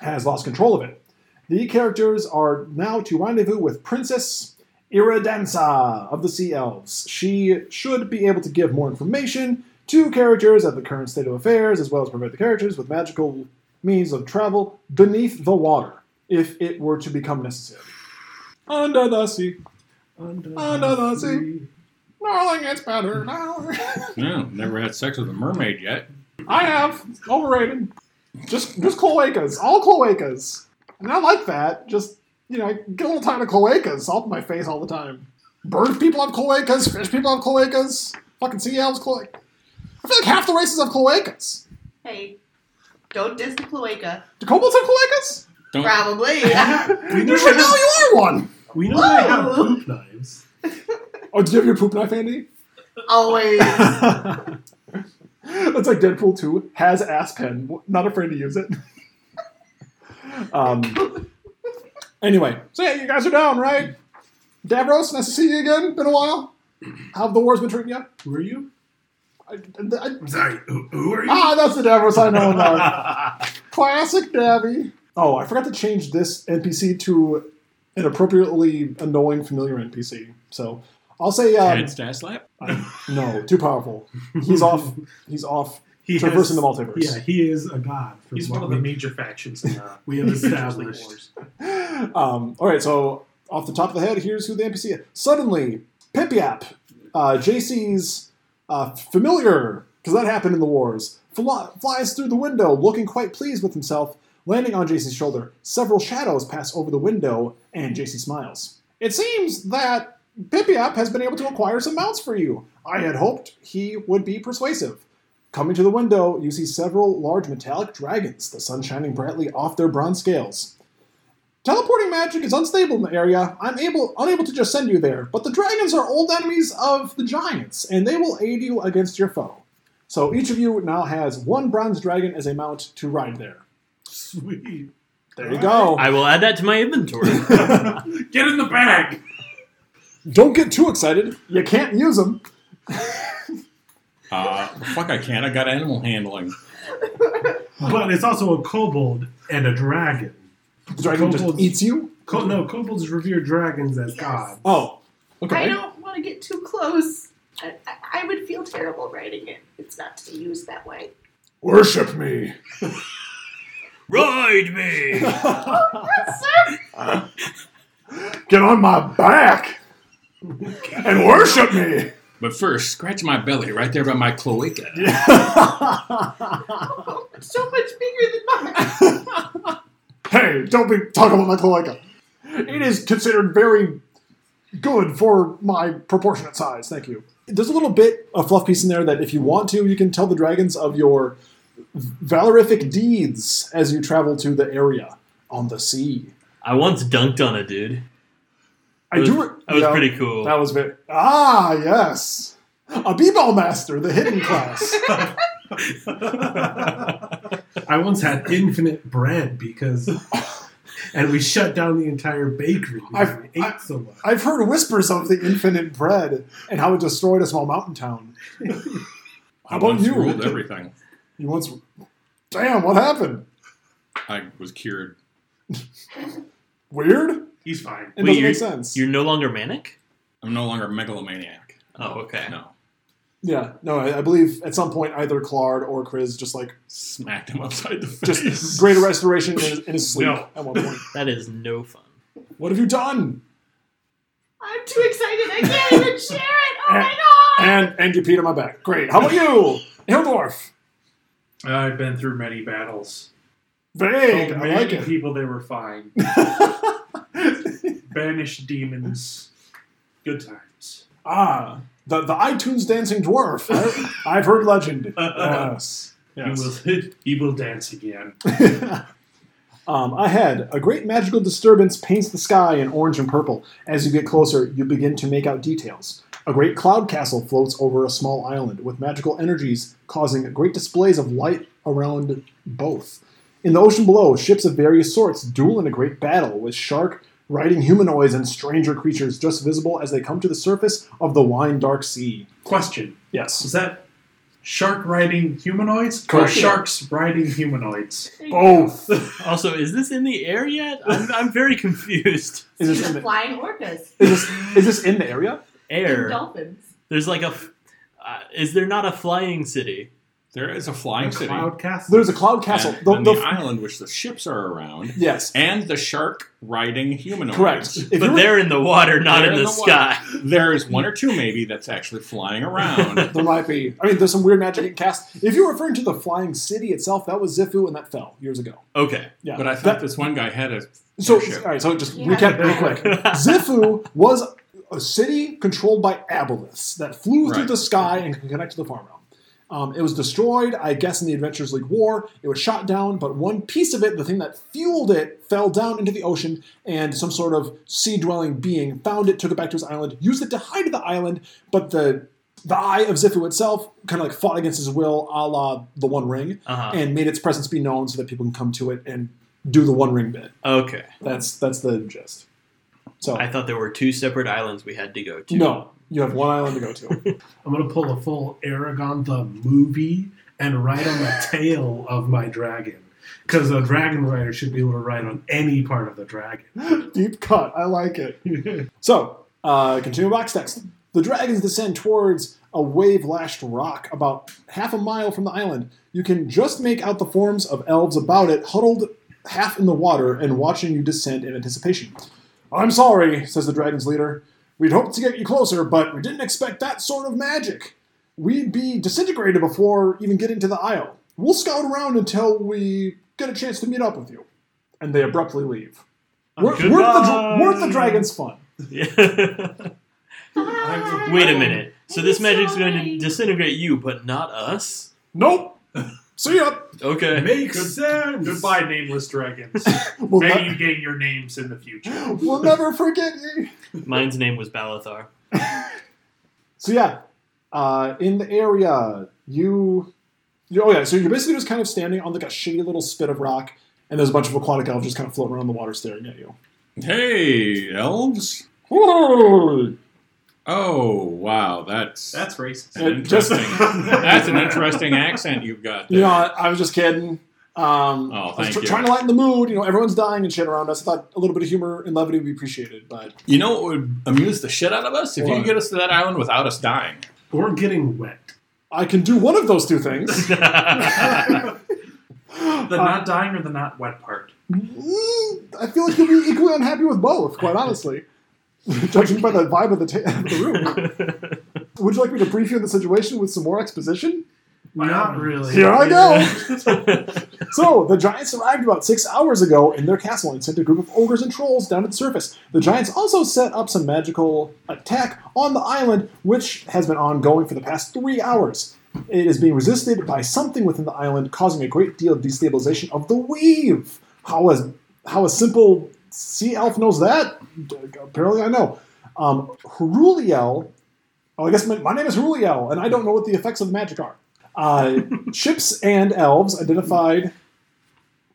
Speaker 3: has lost control of it. The characters are now to rendezvous with Princess Iridanza of the Sea Elves. She should be able to give more information to characters of the current state of affairs, as well as provide the characters with magical means of travel beneath the water if it were to become necessary. Under the sea,
Speaker 2: Under
Speaker 3: Under the sea. darling, it's better now.
Speaker 1: No, never had sex with a mermaid yet.
Speaker 3: I have overrated. Just just cloacas, all cloacas, and I like that. Just you know, I get a little time of cloacas off my face all the time. Bird people have cloacas, fish people have cloacas, fucking sea elves cloaca. I feel like half the races have cloacas.
Speaker 5: hey, don't diss the cloaca.
Speaker 3: Do kobolds have cloacas?
Speaker 1: Don't
Speaker 5: Probably.
Speaker 2: We
Speaker 3: You
Speaker 2: know,
Speaker 3: should know you are one.
Speaker 2: we know I have poop knives.
Speaker 3: Oh, do you have your poop knife handy?
Speaker 5: Always.
Speaker 3: That's like Deadpool 2 has Aspen, not afraid to use it. um, anyway, so yeah, you guys are down, right? Davros, nice to see you again. Been a while. How have the wars been treating you?
Speaker 2: Who are you?
Speaker 3: I, I, I-
Speaker 2: I'm sorry. Who, who are you?
Speaker 3: ah, that's the Davros I know. and love. Classic Davy. Oh, I forgot to change this NPC to an appropriately annoying familiar NPC. So I'll say uh,
Speaker 1: Ted Staslap?
Speaker 3: no. Too powerful. He's off. He's off
Speaker 6: He
Speaker 3: traversing
Speaker 6: has-
Speaker 3: the multiverse.
Speaker 2: Yeah, he is a god. From
Speaker 6: He's
Speaker 2: what
Speaker 6: one of the
Speaker 2: we,
Speaker 6: major factions in uh,
Speaker 2: we have
Speaker 6: Justice League
Speaker 2: established.
Speaker 6: Wars.
Speaker 3: um, all right, so off the top of the head, here's who the NPC is. Suddenly, Pip Yap, uh, JC's uh, familiar, because that happened in the wars, fly- flies through the window, looking quite pleased with himself, landing on JC's shoulder. Several shadows pass over the window, and JC smiles. It seems that Pip Yap has been able to acquire some mounts for you. I had hoped he would be persuasive. Coming to the window, you see several large metallic dragons, the sun shining brightly off their bronze scales. Teleporting magic is unstable in the area. I'm able, unable to just send you there, but the dragons are old enemies of the giants, and they will aid you against your foe. So each of you now has one bronze dragon as a mount to ride there.
Speaker 2: Sweet.
Speaker 3: There you go.
Speaker 4: I will add that to my inventory.
Speaker 6: Get in the bag.
Speaker 3: Don't get too excited. You can't use them.
Speaker 1: Uh, fuck, I can't. I got animal handling.
Speaker 2: But it's also a kobold and a dragon.
Speaker 3: The dragon just
Speaker 2: Kobolds-
Speaker 3: eats you.
Speaker 2: Ko- no, kobolds revere dragons as
Speaker 5: Yes.
Speaker 2: gods.
Speaker 3: Oh,
Speaker 5: I
Speaker 3: okay.
Speaker 5: don't want to get too close. I, I, I would feel terrible writing it. It's not to be used that way.
Speaker 3: Worship me.
Speaker 4: Ride me.
Speaker 5: Oh,
Speaker 3: Get on my back and worship me.
Speaker 1: But first, scratch my belly right there by my cloaca.
Speaker 5: Oh, so much bigger than mine.
Speaker 3: hey, don't be talking about my cloaca. It is considered very good for my proportionate size. Thank you. There's a little bit of fluff piece in there that if you want to, you can tell the dragons of your valorific deeds as you travel to the area on the sea.
Speaker 4: I once dunked on a dude.
Speaker 3: I
Speaker 4: That was-
Speaker 3: do. re-
Speaker 4: That was
Speaker 3: yeah,
Speaker 4: pretty cool.
Speaker 3: That was very ah yes, a b-ball master, the hidden class.
Speaker 2: I once had infinite bread because, and we shut down the entire bakery because
Speaker 3: I've-
Speaker 2: we ate
Speaker 3: I-
Speaker 2: so much.
Speaker 3: I've heard whispers of the infinite bread and how it destroyed a small mountain town.
Speaker 1: I
Speaker 3: How about
Speaker 1: once
Speaker 3: you?
Speaker 1: ruled everything.
Speaker 3: You once. Damn, what happened?
Speaker 1: I was cured.
Speaker 3: Weird?
Speaker 6: He's fine.
Speaker 3: It
Speaker 4: Wait,
Speaker 3: doesn't
Speaker 4: you're-
Speaker 3: make sense.
Speaker 4: You're no longer manic.
Speaker 1: I'm no longer megalomaniac.
Speaker 4: Oh, okay.
Speaker 1: No.
Speaker 3: Yeah, no, I, I believe at some point either Claude or Chris just like
Speaker 1: Smacked him upside the face.
Speaker 3: just greater restoration in his, in his sleep
Speaker 6: No.
Speaker 3: at one point.
Speaker 4: That is no fun.
Speaker 3: What have you done?
Speaker 5: I'm too excited. I can't even share it. Oh my god!
Speaker 3: And and you peed on my back. Great. How about you, Hildorf?
Speaker 6: I've been through many battles.
Speaker 3: Vague.
Speaker 6: Told
Speaker 3: I like
Speaker 6: many
Speaker 3: it.
Speaker 6: people they were fine. Banished demons. Good times.
Speaker 3: Ah, the the iTunes dancing dwarf. I, have heard legend. Yes.
Speaker 6: He
Speaker 3: yes.
Speaker 6: will. He will dance again.
Speaker 3: Um, ahead, a great magical disturbance paints the sky in orange and purple. As you get closer, you begin to make out details. A great cloud castle floats over a small island, with magical energies causing great displays of light around both. In the ocean below, ships of various sorts duel in a great battle, with shark riding humanoids and stranger creatures just visible as they come to the surface of the wine dark sea.
Speaker 6: Question:
Speaker 3: Yes.
Speaker 6: Is that shark riding humanoids or
Speaker 3: Correct.
Speaker 6: sharks riding humanoids?
Speaker 3: Both.
Speaker 4: Also, is this in the air yet? I'm, I'm very confused.
Speaker 3: Is this, in
Speaker 5: These
Speaker 3: the,
Speaker 5: flying orcas.
Speaker 3: is, this, is this in the area?
Speaker 5: And
Speaker 4: Air.
Speaker 5: dolphins.
Speaker 4: There's like a. f- Uh, is there not a flying city?
Speaker 1: There is a flying
Speaker 2: The
Speaker 1: city.
Speaker 2: Cloud Castle.
Speaker 3: There's a cloud castle.
Speaker 1: And,
Speaker 3: The-
Speaker 1: and the,
Speaker 3: the-
Speaker 1: island which the ships are around.
Speaker 3: yes.
Speaker 1: And the shark riding humanoids.
Speaker 3: Correct. If you
Speaker 4: but
Speaker 3: were-
Speaker 4: they're in the water, not
Speaker 1: They're
Speaker 4: in the,
Speaker 1: in the water.
Speaker 4: sky.
Speaker 1: There is one or two maybe that's actually flying around.
Speaker 3: There might be. I mean, there's some weird magic in cast. If you're referring to the flying city itself, that was Zifu, and that fell years ago.
Speaker 4: Okay.
Speaker 3: Yeah,
Speaker 1: but I thought
Speaker 3: That-
Speaker 1: this one guy had a
Speaker 3: so.
Speaker 1: ship.
Speaker 3: All right, so just
Speaker 5: Yeah.
Speaker 3: recap real quick.
Speaker 4: Uh-huh.
Speaker 3: Zifu was a city controlled by aboliths that flew through
Speaker 1: Right.
Speaker 3: the sky and could connect to the farm realm. Um, it was destroyed, I guess, in the Adventures League War. It was shot down, but one piece of it, the thing that fueled it, fell down into the ocean, and some sort of sea dwelling being found it, took it back to his island, used it to hide the island, but the the eye of Zifu itself kind of like fought against his will, a la the One Ring,
Speaker 4: Uh-huh.
Speaker 3: and made its presence be known so that people can come to it and do the One Ring bit.
Speaker 4: Okay.
Speaker 3: That's that's the gist. So
Speaker 4: I thought there were two separate islands we had to go to.
Speaker 3: no, you have one island to go to.
Speaker 2: I'm gonna pull a full Aragon the movie and ride on the tail of my dragon because a dragon rider should be able to ride on any part of the dragon.
Speaker 3: Deep cut. I like it. So, uh, continue box text. The dragons descend towards a wave lashed rock about half a mile from the island. You can just make out the forms of elves about it, huddled half in the water and watching you descend in anticipation. I'm sorry, says the dragon's leader. We'd hoped to get you closer, but we didn't expect that sort of magic. We'd be disintegrated before even getting to the isle. We'll scout around until we get a chance to meet up with you. And they abruptly leave. Worth worth the, dra-
Speaker 4: Goodbye.
Speaker 3: worth the dragon's fun.
Speaker 5: Bye.
Speaker 4: Wait a minute. So this
Speaker 5: I'm
Speaker 4: magic's going to
Speaker 5: sorry.
Speaker 4: disintegrate you, but not us?
Speaker 3: Nope. See ya.
Speaker 4: Okay.
Speaker 2: Makes
Speaker 6: Good-
Speaker 2: sense.
Speaker 6: Goodbye, nameless dragons.
Speaker 3: We'll,
Speaker 6: Maybe
Speaker 3: ne-
Speaker 6: you gain your names in the future.
Speaker 3: we'll never forget you.
Speaker 4: Mine's name was Balathar.
Speaker 3: So yeah, uh, in the area, you, you, oh yeah, so you're basically just kind of standing on like a shitty little spit of rock, and there's a bunch of aquatic elves just kind of floating around in the water staring at you.
Speaker 1: Hey, elves! Oh, wow, that's
Speaker 7: That's racist.
Speaker 1: an
Speaker 3: It just-
Speaker 1: interesting. that's an interesting accent you've got. There.
Speaker 3: you know, uh, I, I was just kidding. Um,
Speaker 1: Oh,
Speaker 3: I was
Speaker 1: thank
Speaker 3: tr-
Speaker 1: you.
Speaker 3: trying to lighten the mood. You know, everyone's dying and shit around us. I thought a little bit of humor and levity would be appreciated, but
Speaker 1: You know what would amuse the shit out of us if you
Speaker 3: What?
Speaker 1: could get us to that island without us dying.
Speaker 2: Or getting wet.
Speaker 3: I can do one of those two things.
Speaker 6: The not dying or the not wet part.
Speaker 3: Mm, I feel like you'll be equally unhappy with both, quite honestly. Judging by the vibe of the, ta- of the room. Would you like me to brief you on the situation with some more exposition?
Speaker 2: Not really.
Speaker 3: Here I go! so, the giants arrived about six hours ago in their castle and sent a group of ogres and trolls down to the surface. The giants also set up some magical attack on the island, which has been ongoing for the past three hours. It is being resisted by something within the island, causing a great deal of destabilization of the wave. How a, how a simple sea elf knows that? Apparently, I know. Um, Heruliel. Oh, I guess my, my name is Heruliel, and I don't know what the effects of the magic are. Uh, ships and elves identified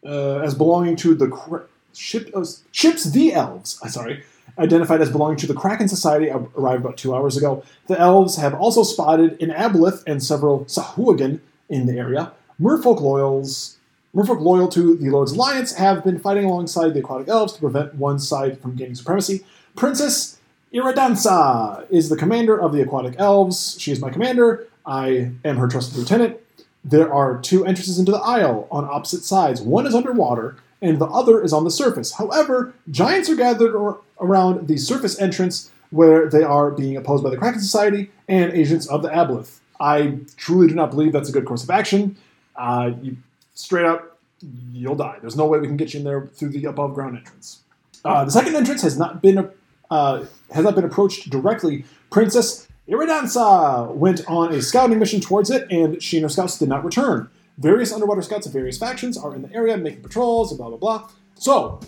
Speaker 3: uh, as belonging to the cra- ship, uh, ships the elves. uh, sorry, identified as belonging to the Kraken Society ar- arrived about two hours ago. The elves have also spotted an aboleth and several Sahuagin in the area. Merfolk loyals, merfolk loyal to the Lord's Alliance, have been fighting alongside the aquatic elves to prevent one side from gaining supremacy. Princess Iridanza is the commander of the aquatic elves. She is my commander. I am her trusted lieutenant. There are two entrances into the isle on opposite sides. One is underwater, and the other is on the surface. However, giants are gathered or- around the surface entrance where they are being opposed by the Kraken Society and agents of the Aboleth. I truly do not believe that's a good course of action. Uh, you, straight up, you'll die. There's no way we can get you in there through the above ground entrance. Uh, the second entrance has not been uh, has not been approached directly. Princess Iridanza went on a scouting mission towards it, and she and her scouts did not return. Various underwater scouts of various factions are in the area making patrols, and blah blah blah. So,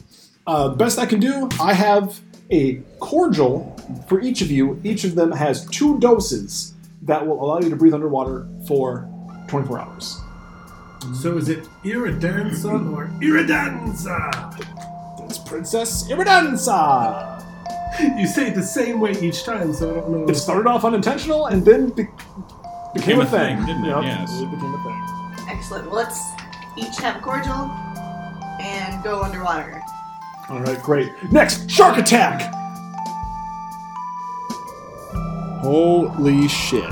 Speaker 3: uh, best I can do, I have a cordial for each of you. Each of them has two doses that will allow you to breathe underwater for 24 hours.
Speaker 2: So is it Iridanza or Iridanza?
Speaker 3: That's Princess Iridanza.
Speaker 2: You say it the same way each time, so I don't know.
Speaker 3: It started off unintentional and then be- became, a thing,
Speaker 1: didn't it?
Speaker 3: Yep,
Speaker 1: Yes.
Speaker 3: it became a thing.
Speaker 5: Excellent. Well, let's each have a cordial and go underwater.
Speaker 3: All right, great. Next, shark attack. Holy shit.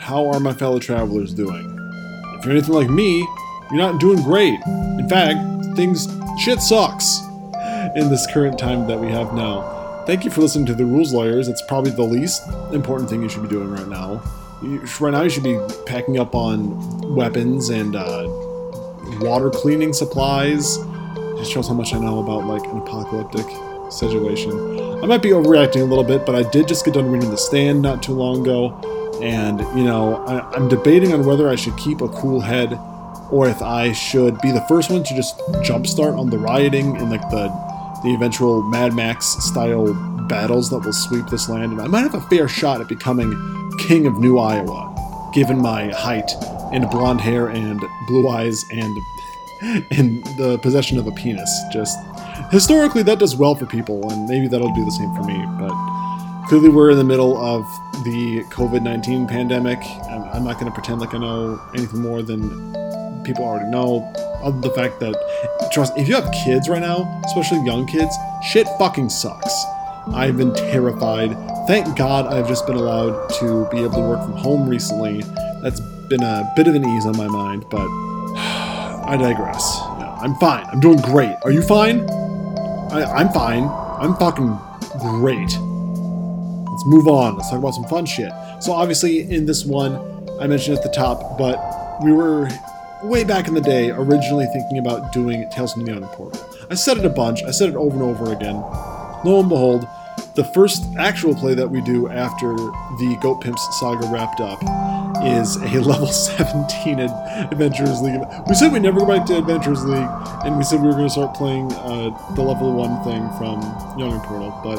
Speaker 3: How are my fellow travelers doing? If you're anything like me, you're not doing great. In fact, things shit sucks in this current time that we have now. Thank you for listening to the Rules Lawyers. It's probably the least important thing you should be doing right now. You, right now, you should be packing up on weapons and uh, water cleaning supplies. It shows how much I know about like an apocalyptic situation. I might be overreacting a little bit, but I did just get done reading The Stand not too long ago, and you know I, I'm debating on whether I should keep a cool head or if I should be the first one to just jumpstart on the rioting and like the the eventual Mad Max style battles that will sweep this land, and I might have a fair shot at becoming king of New Iowa, given my height and blonde hair and blue eyes and and the possession of a penis. Just historically, that does well for people, and maybe that'll do the same for me. But clearly, we're in the middle of the COVID 19 pandemic. I'm, I'm not going to pretend like I know anything more than people already know, other than the fact that, trust if you have kids right now, especially young kids, shit fucking sucks. I've been terrified Thank God I've just been allowed to be able to work from home recently. That's been a bit of an ease on my mind, but I digress. No, I'm fine. I'm doing great. Are you fine? I, I'm fine. I'm fucking great. Let's move on. Let's talk about some fun shit. So, obviously, in this one, I mentioned at the top, but we were way back in the day originally thinking about doing Tales from the Unknown Portal. I said it a bunch. I said it over and over again. Lo and behold, the first actual play that we do after the Goat Pimps saga wrapped up is a level 17 ad- Adventurers League. We said we never go back to Adventurers League, and we said we were going to start playing uh, the level 1 thing from Young and Portal, but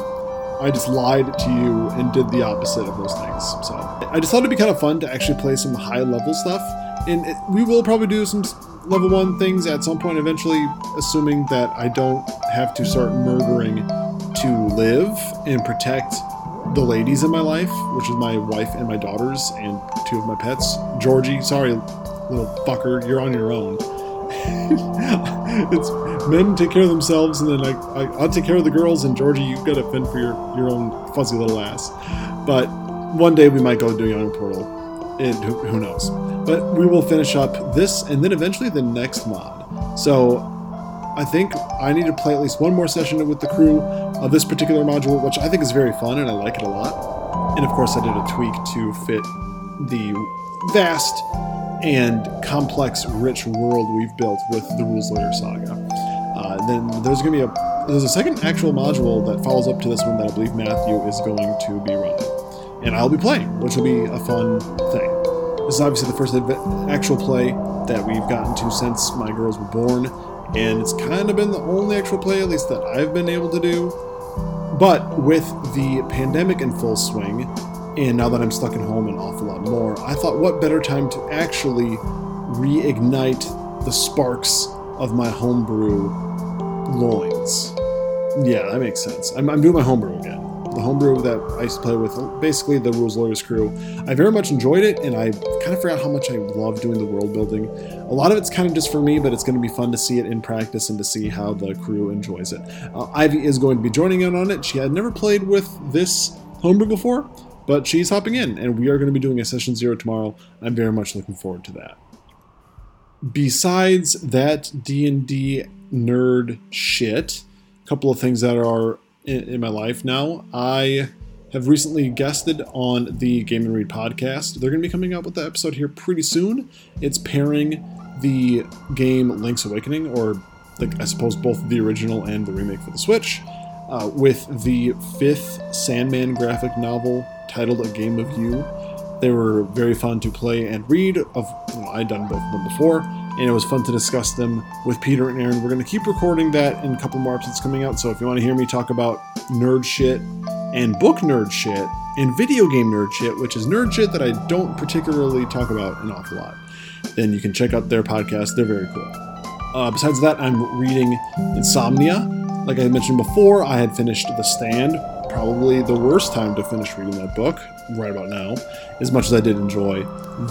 Speaker 3: I just lied to you and did the opposite of those things. So I just thought it'd be kind of fun to actually play some high level stuff, and it, we will probably do some s- level 1 things at some point eventually, assuming that I don't have to start murdering to live and protect the ladies in my life, which is my wife and my daughters and two of my pets. Georgie, sorry, little fucker, you're on your own. it's men take care of themselves, and then I, I, I'll take care of the girls. And Georgie, you gotta fend for your, your own fuzzy little ass. But one day we might go do Young Portal. It, who, who knows? But we will finish up this, and then eventually the next mod. So I think I need to play at least one more session with the crew of this particular module, which I think is very fun and I like it a lot. And of course, I did a tweak to fit the vast and complex, rich world we've built with the Rules Lawyer Saga. Uh, then there's going to be a there's a second actual module that follows up to this one that I believe Matthew is going to be running, and I'll be playing, which will be a fun thing. This is obviously the first adve- actual play that we've gotten to since my girls were born, and it's kind of been the only actual play, at least that I've been able to do. But with the pandemic in full swing, and now that I'm stuck at home an awful lot more, I thought what better time to actually reignite the sparks of my homebrew loins. Yeah, that makes sense. I'm, I'm doing my homebrew again. The homebrew that I used to play with, basically the Rules Lawyers crew. I very much enjoyed it, and I kind of forgot how much I love doing the world building. A lot of it's kind of just for me, but it's going to be fun to see it in practice and to see how the crew enjoys it. Uh, Ivy is going to be joining in on it. She had never played with this homebrew before, but she's hopping in, and we are going to be doing a session zero tomorrow. I'm very much looking forward to that. Besides that D&D nerd shit, a couple of things that are in, in my life now. I have recently guested on the Game and Read podcast. They're going to be coming out with the episode here pretty soon. It's pairing the game Link's Awakening, or like I suppose both the original and the remake for the Switch, uh, with the fifth Sandman graphic novel titled A Game of You. They were very fun to play and read. Of you know, I'd done both of them before, and it was fun to discuss them with Peter and Aaron. We're going to keep recording that in a couple more episodes coming out. So if you want to hear me talk about nerd shit and book nerd shit and video game nerd shit, which is nerd shit that I don't particularly talk about an awful lot, then you can check out their podcast. They're very cool. Uh, besides that, I'm reading Insomnia. Like I mentioned before, I had finished The Stand. Probably the worst time to finish reading that book, right about now, as much as I did enjoy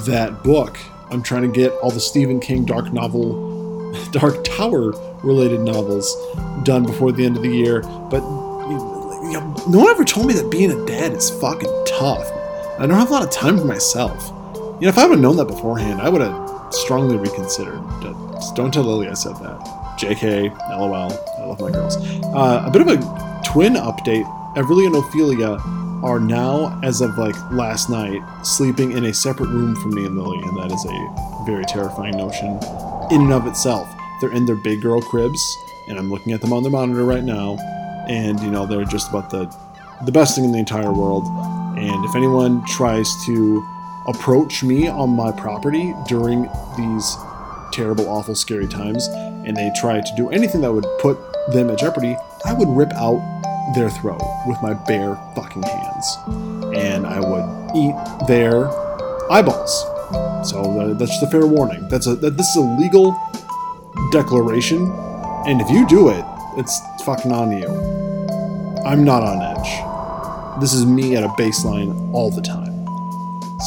Speaker 3: that book. I'm trying to get all the Stephen King dark novel, Dark Tower related novels done before the end of the year, but you know, no one ever told me that being a dad is fucking tough. I don't have a lot of time for myself. You know, if I would have known that beforehand, I would have strongly reconsidered. Just don't tell Lily I said that. JK, LOL, I love my girls. Uh, a bit of a twin update. Everly and Ophelia are now, as of like last night, sleeping in a separate room from me and Lily, and that is a very terrifying notion in and of itself. They're in their big girl cribs, and I'm looking at them on the monitor right now, and you know they're just about the the best thing in the entire world. And if anyone tries to approach me on my property during these terrible, awful, scary times, and they try to do anything that would put them at jeopardy, I would rip out their throat with my bare fucking hands, and I would eat their eyeballs. So uh, that's just a fair warning. That's a that, this is a legal declaration, and if you do it, it's fucking on you. I'm not on edge. This is me at a baseline all the time.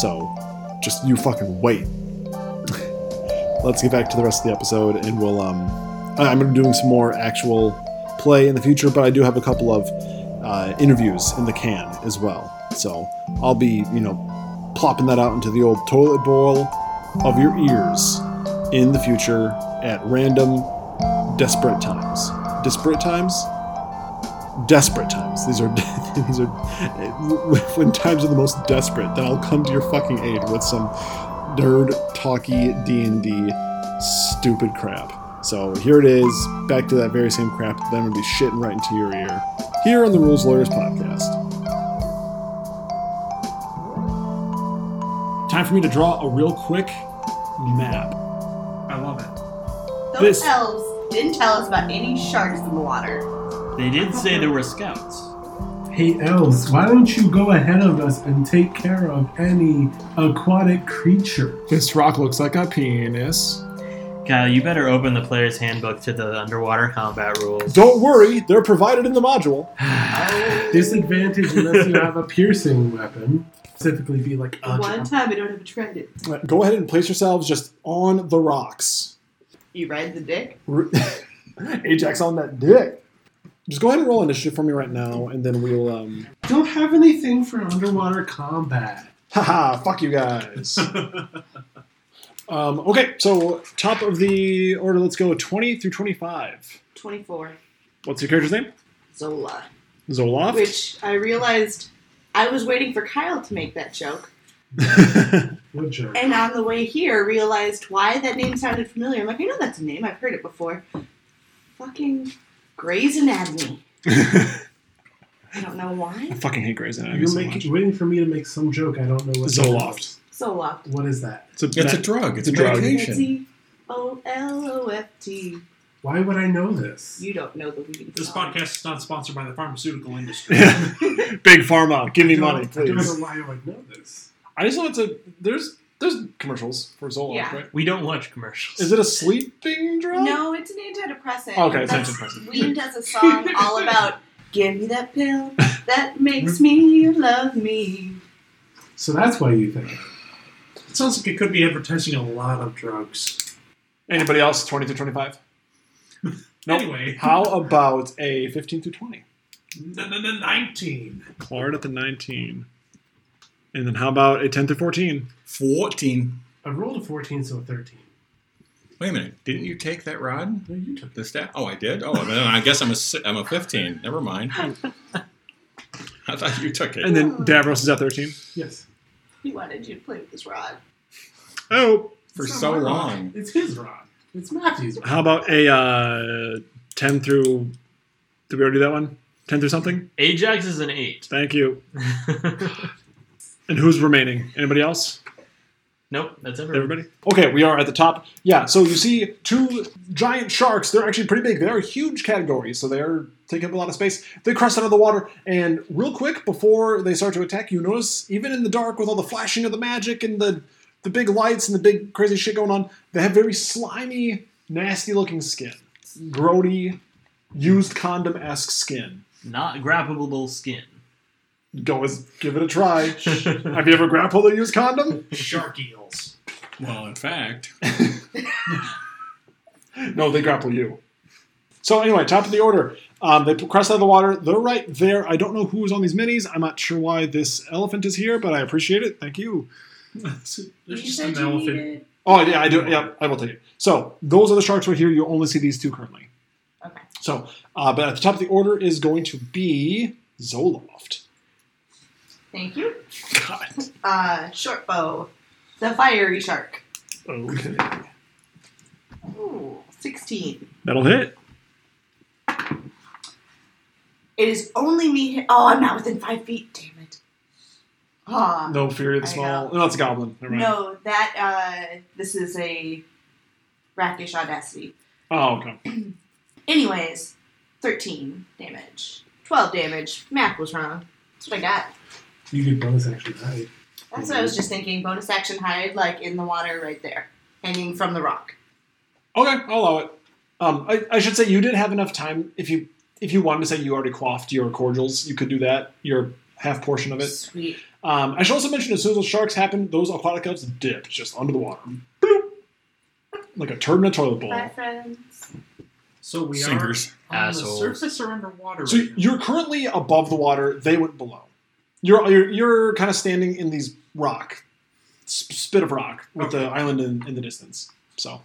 Speaker 3: So, just you fucking wait. Let's get back to the rest of the episode, and we'll um, I- I'm gonna be doing some more actual play in the future, but I do have a couple of uh, interviews in the can as well. So I'll be, you know, plopping that out into the old toilet bowl of your ears in the future at random, desperate times. Disparate times? Desperate times. These are these are when times are the most desperate. Then I'll come to your fucking aid with some nerd talky D and D stupid crap. So here it is, back to that very same crap that I'm gonna be shitting right into your ear here on the Rules Lawyers podcast. Time for me to draw a real quick map.
Speaker 6: I love it.
Speaker 5: Those
Speaker 4: This-
Speaker 5: elves didn't tell us about any sharks in the water.
Speaker 4: They did say there were scouts.
Speaker 2: Hey elves, why don't you go ahead of us and take care of any aquatic creature?
Speaker 3: This rock looks like a penis.
Speaker 4: Kyle, you better open the player's handbook to the underwater combat rules.
Speaker 3: Don't worry, they're provided in the module.
Speaker 2: Disadvantage unless you have a piercing weapon. Typically, be like
Speaker 4: Uh,
Speaker 2: a
Speaker 5: One time I don't have a trident.
Speaker 3: Uh, Go ahead and place yourselves just on the rocks.
Speaker 5: You ride the dick?
Speaker 3: R- Ajax on that dick. Just go ahead and roll initiative for me right now, and then we'll um.
Speaker 2: Don't have anything for underwater combat.
Speaker 3: Haha! Fuck you guys. um, okay, so top of the order, let's go twenty through twenty-five.
Speaker 5: 24.
Speaker 3: What's your character's name?
Speaker 5: Zola.
Speaker 3: Zoloft.
Speaker 5: Which I realized I was waiting for Kyle to make that joke.
Speaker 2: What jerk?
Speaker 5: And on the way here, realized why that name sounded familiar. I'm like, I know that's a name. I've heard it before. Fucking Grey's Anatomy. I don't know
Speaker 3: I
Speaker 5: why.
Speaker 3: fucking hate Grey's Anatomy.
Speaker 2: You're
Speaker 3: so
Speaker 2: making,
Speaker 3: much.
Speaker 2: you're waiting for me to make some joke. I don't know what. that
Speaker 3: Zoloft.
Speaker 2: is.
Speaker 5: So locked.
Speaker 2: What is that?
Speaker 3: It's a,
Speaker 1: It's a drug. It's a
Speaker 3: It's a drug.
Speaker 1: medication.
Speaker 5: Z O L O F T.
Speaker 2: Why would I know this?
Speaker 5: You don't know the leading
Speaker 6: This
Speaker 5: song.
Speaker 6: podcast is not sponsored by the pharmaceutical industry.
Speaker 3: big pharma. Give me
Speaker 2: I don't-
Speaker 3: money,
Speaker 2: I don't know
Speaker 3: please.
Speaker 2: why I would know this.
Speaker 3: I just want to. There's there's commercials for Zoloft,
Speaker 5: Yeah.
Speaker 3: right?
Speaker 4: We don't watch commercials.
Speaker 3: Is it a sleeping drug?
Speaker 5: No, it's an antidepressant.
Speaker 3: Okay, it's
Speaker 5: That's-
Speaker 3: antidepressant.
Speaker 5: Weaved has a song all about give me that pill that makes me love me.
Speaker 2: So that's why you think.
Speaker 6: it sounds like it could be advertising a lot of drugs.
Speaker 3: Anybody else? Twenty through twenty-five.
Speaker 6: Anyway,
Speaker 3: How about a fifteen through twenty?
Speaker 6: n- n- n- 19.
Speaker 3: Clard at the nineteen. And then how about a ten through fourteen?
Speaker 1: Fourteen.
Speaker 2: I rolled a 14, so a 13.
Speaker 1: Wait a minute. Didn't you take that rod?
Speaker 2: No, you took
Speaker 1: The stat? Oh, I did. Oh, then I guess I'm a si- I'm a fifteen. Never mind. I thought you took it.
Speaker 3: And then Davros is at thirteen.
Speaker 2: Yes.
Speaker 5: He wanted you to play with this rod.
Speaker 3: Oh.
Speaker 1: For
Speaker 2: It's not
Speaker 1: so
Speaker 2: my rod.
Speaker 1: long.
Speaker 2: It's his rod. It's Matthew's rod.
Speaker 3: How about a uh, ten through? Did we already do that one? Ten through something?
Speaker 4: Ajax is an eight.
Speaker 3: Thank you. And who's remaining? Anybody else?
Speaker 4: nope, that's everybody.
Speaker 3: Everybody? Okay, we are at the top. Yeah, so you see two giant sharks. They're actually pretty big. They are a huge category, so they are taking up a lot of space. They crest out of the water, and real quick, before they start to attack, you notice, even in the dark, with all the flashing of the magic and the, the big lights and the big crazy shit going on, they have very slimy, nasty looking skin. Grody, used condom esque skin.
Speaker 4: Not grappable skin.
Speaker 3: Go as give it a try. have you ever grappled a used condom?
Speaker 6: Shark eels.
Speaker 1: Well, in fact,
Speaker 3: No, they grapple you. So anyway, top of the order. Um, they crest out of the water. They're right there. I don't know who's on these minis. I'm not sure why this elephant is here, but I appreciate it. Thank you.
Speaker 6: There's
Speaker 5: you
Speaker 6: just
Speaker 5: said
Speaker 6: an
Speaker 5: you
Speaker 6: elephant.
Speaker 5: needed.
Speaker 3: Oh yeah, I do. Yeah, I will take it. So those are the sharks right here. You only see these two currently.
Speaker 5: Okay.
Speaker 3: So, uh, but at the top of the order is going to be Zoloft.
Speaker 5: Thank you.
Speaker 3: God.
Speaker 5: Uh, short bow. The fiery shark.
Speaker 3: Okay.
Speaker 5: Ooh, 16.
Speaker 3: That'll hit.
Speaker 5: It is only me. Hit- oh, I'm not within five feet. Damn it. Ah.
Speaker 3: No fear of the
Speaker 5: I
Speaker 3: small. No, it's a goblin. Never mind.
Speaker 5: No, that, uh, this is a rackish audacity.
Speaker 3: Oh, okay.
Speaker 5: Anyways, 13 damage. 12 damage. Math was wrong. That's what I got.
Speaker 2: You could bonus action hide.
Speaker 5: That's what I was just thinking. Bonus action hide, like in the water right there, hanging from the rock.
Speaker 3: Okay, I'll allow it. Um, I, I should say you did have enough time. If you if you wanted to say you already quaffed your cordials, you could do that. Your half portion of it.
Speaker 5: Sweet.
Speaker 3: Um, I should also mention as soon as those sharks happen, those aquatic elves dip just under the water, Bloop. like a turd in a toilet bowl.
Speaker 5: Bye, friends.
Speaker 6: So we
Speaker 1: sinkers.
Speaker 6: are on
Speaker 4: Assholes.
Speaker 6: the surface or underwater
Speaker 3: So
Speaker 6: right now?
Speaker 3: you're currently above the water. They went below. You're you're, you're kind of standing in these rock sp- spit of rock with the island in, in the distance. So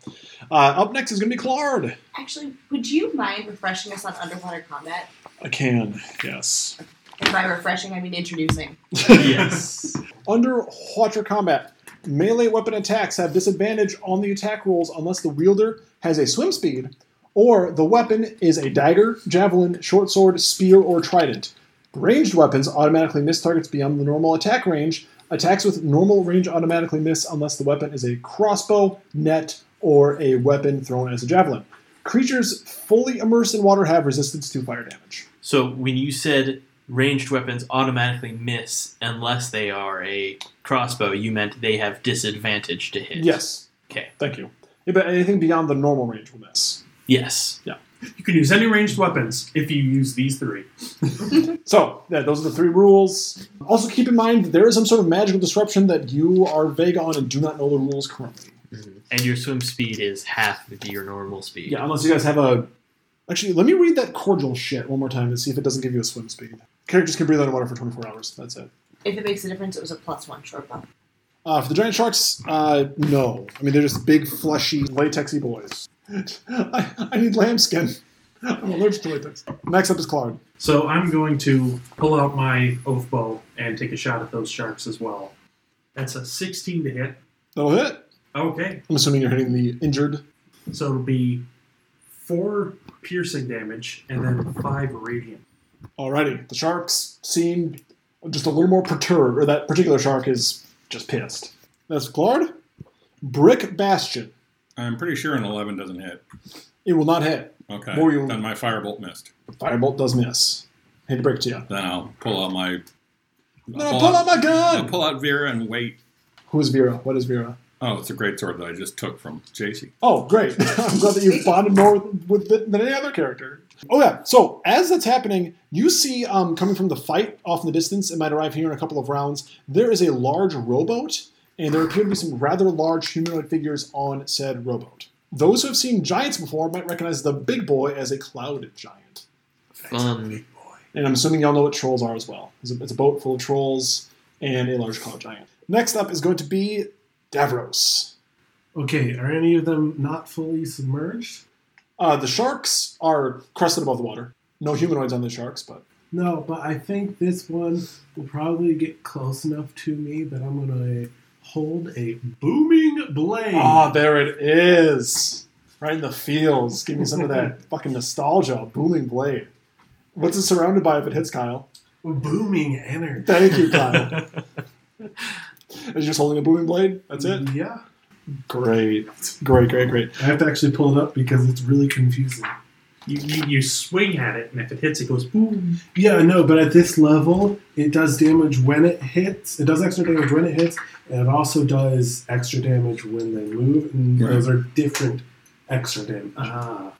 Speaker 3: uh, up next is going to be Claude.
Speaker 5: Actually, would you mind refreshing us on underwater combat?
Speaker 3: I can yes.
Speaker 5: And by refreshing, I mean introducing.
Speaker 4: yes.
Speaker 3: Underwater combat. Melee weapon attacks have disadvantage on the attack rolls unless the wielder has a swim speed or the weapon is a dagger, javelin, short sword, spear, or trident. Ranged weapons automatically miss targets beyond the normal attack range. Attacks with normal range automatically miss unless the weapon is a crossbow, net, or a weapon thrown as a javelin. Creatures fully immersed in water have resistance to fire damage.
Speaker 4: So when you said ranged weapons automatically miss unless they are a crossbow, you meant they have disadvantage to hit.
Speaker 3: Yes.
Speaker 4: Okay.
Speaker 3: Thank you. Yeah, but anything beyond the normal range will miss.
Speaker 4: Yes.
Speaker 6: You can use any ranged weapons if you use these three.
Speaker 3: So, yeah, those are the three rules. Also, keep in mind that there is some sort of magical disruption that you are vague on and do not know the rules currently.
Speaker 4: And your swim speed is half of your normal speed.
Speaker 3: Yeah, unless you guys have a. Actually, let me read that cordial shit one more time to see if it doesn't give you a swim speed. Characters can breathe underwater for 24 hours. That's it.
Speaker 5: If it makes a difference, it was a plus one short bump.
Speaker 3: Uh, for the giant sharks, uh, no. I mean, they're just big, fleshy, latexy boys. I, I need lambskin. I'm allergic to latex. Next up is Cloud.
Speaker 6: So I'm going to pull out my oath bow and take a shot at those sharks as well. That's a 16 to hit.
Speaker 3: That'll hit.
Speaker 6: Okay,
Speaker 3: I'm assuming you're hitting the injured.
Speaker 6: so it'll be four piercing damage and then five radiant.
Speaker 3: Alrighty. The sharks seem just a little more perturbed, or that particular shark is just pissed. That's Clard. Brick Bastion.
Speaker 1: I'm pretty sure an 11 doesn't hit.
Speaker 3: It will not hit.
Speaker 1: Okay.
Speaker 3: What were you-
Speaker 1: Then my firebolt missed.
Speaker 3: Firebolt does miss. Hate to break it to you.
Speaker 1: Then I'll pull out my.
Speaker 3: No, pull out my
Speaker 1: I'll
Speaker 3: gun!
Speaker 1: pull out Vera and wait.
Speaker 3: Who is Vera? What is Vera?
Speaker 1: Oh, it's a great sword that I just took from JC.
Speaker 3: Oh, great. I'm glad that you bonded more with, with it than any other character. Oh, yeah. So, as that's happening, you see um, coming from the fight off in the distance, it might arrive here in a couple of rounds, there is a large rowboat, and there appear to be some rather large humanoid figures on said rowboat. Those who have seen giants before might recognize the big boy as a cloud giant.
Speaker 4: Fun.
Speaker 3: And I'm assuming y'all know what trolls are as well. It's a, it's a boat full of trolls and a large cloud giant. Next up is going to be Davros.
Speaker 2: Okay, are any of them not fully submerged?
Speaker 3: Uh, the sharks are crested above the water. No humanoids on the sharks, but
Speaker 2: No, but I think this one will probably get close enough to me that I'm gonna hold a booming blade.
Speaker 3: ah, there it is, right in the fields. Give me some of that fucking nostalgia. Booming blade. What's it surrounded by if it hits Kyle?
Speaker 2: Booming energy.
Speaker 3: Thank you, Kyle. Is you just holding a booming blade? That's it.
Speaker 2: Yeah.
Speaker 3: Great, great, great, great.
Speaker 2: I have to actually pull it up because it's really confusing.
Speaker 6: You, you, you swing at it, and if it hits, it goes boom.
Speaker 2: Yeah, no, but at this level, it does damage when it hits. It does extra damage when it hits, and it also does extra damage when they move, and
Speaker 1: Right.
Speaker 2: those are different extra damage.
Speaker 6: Ah.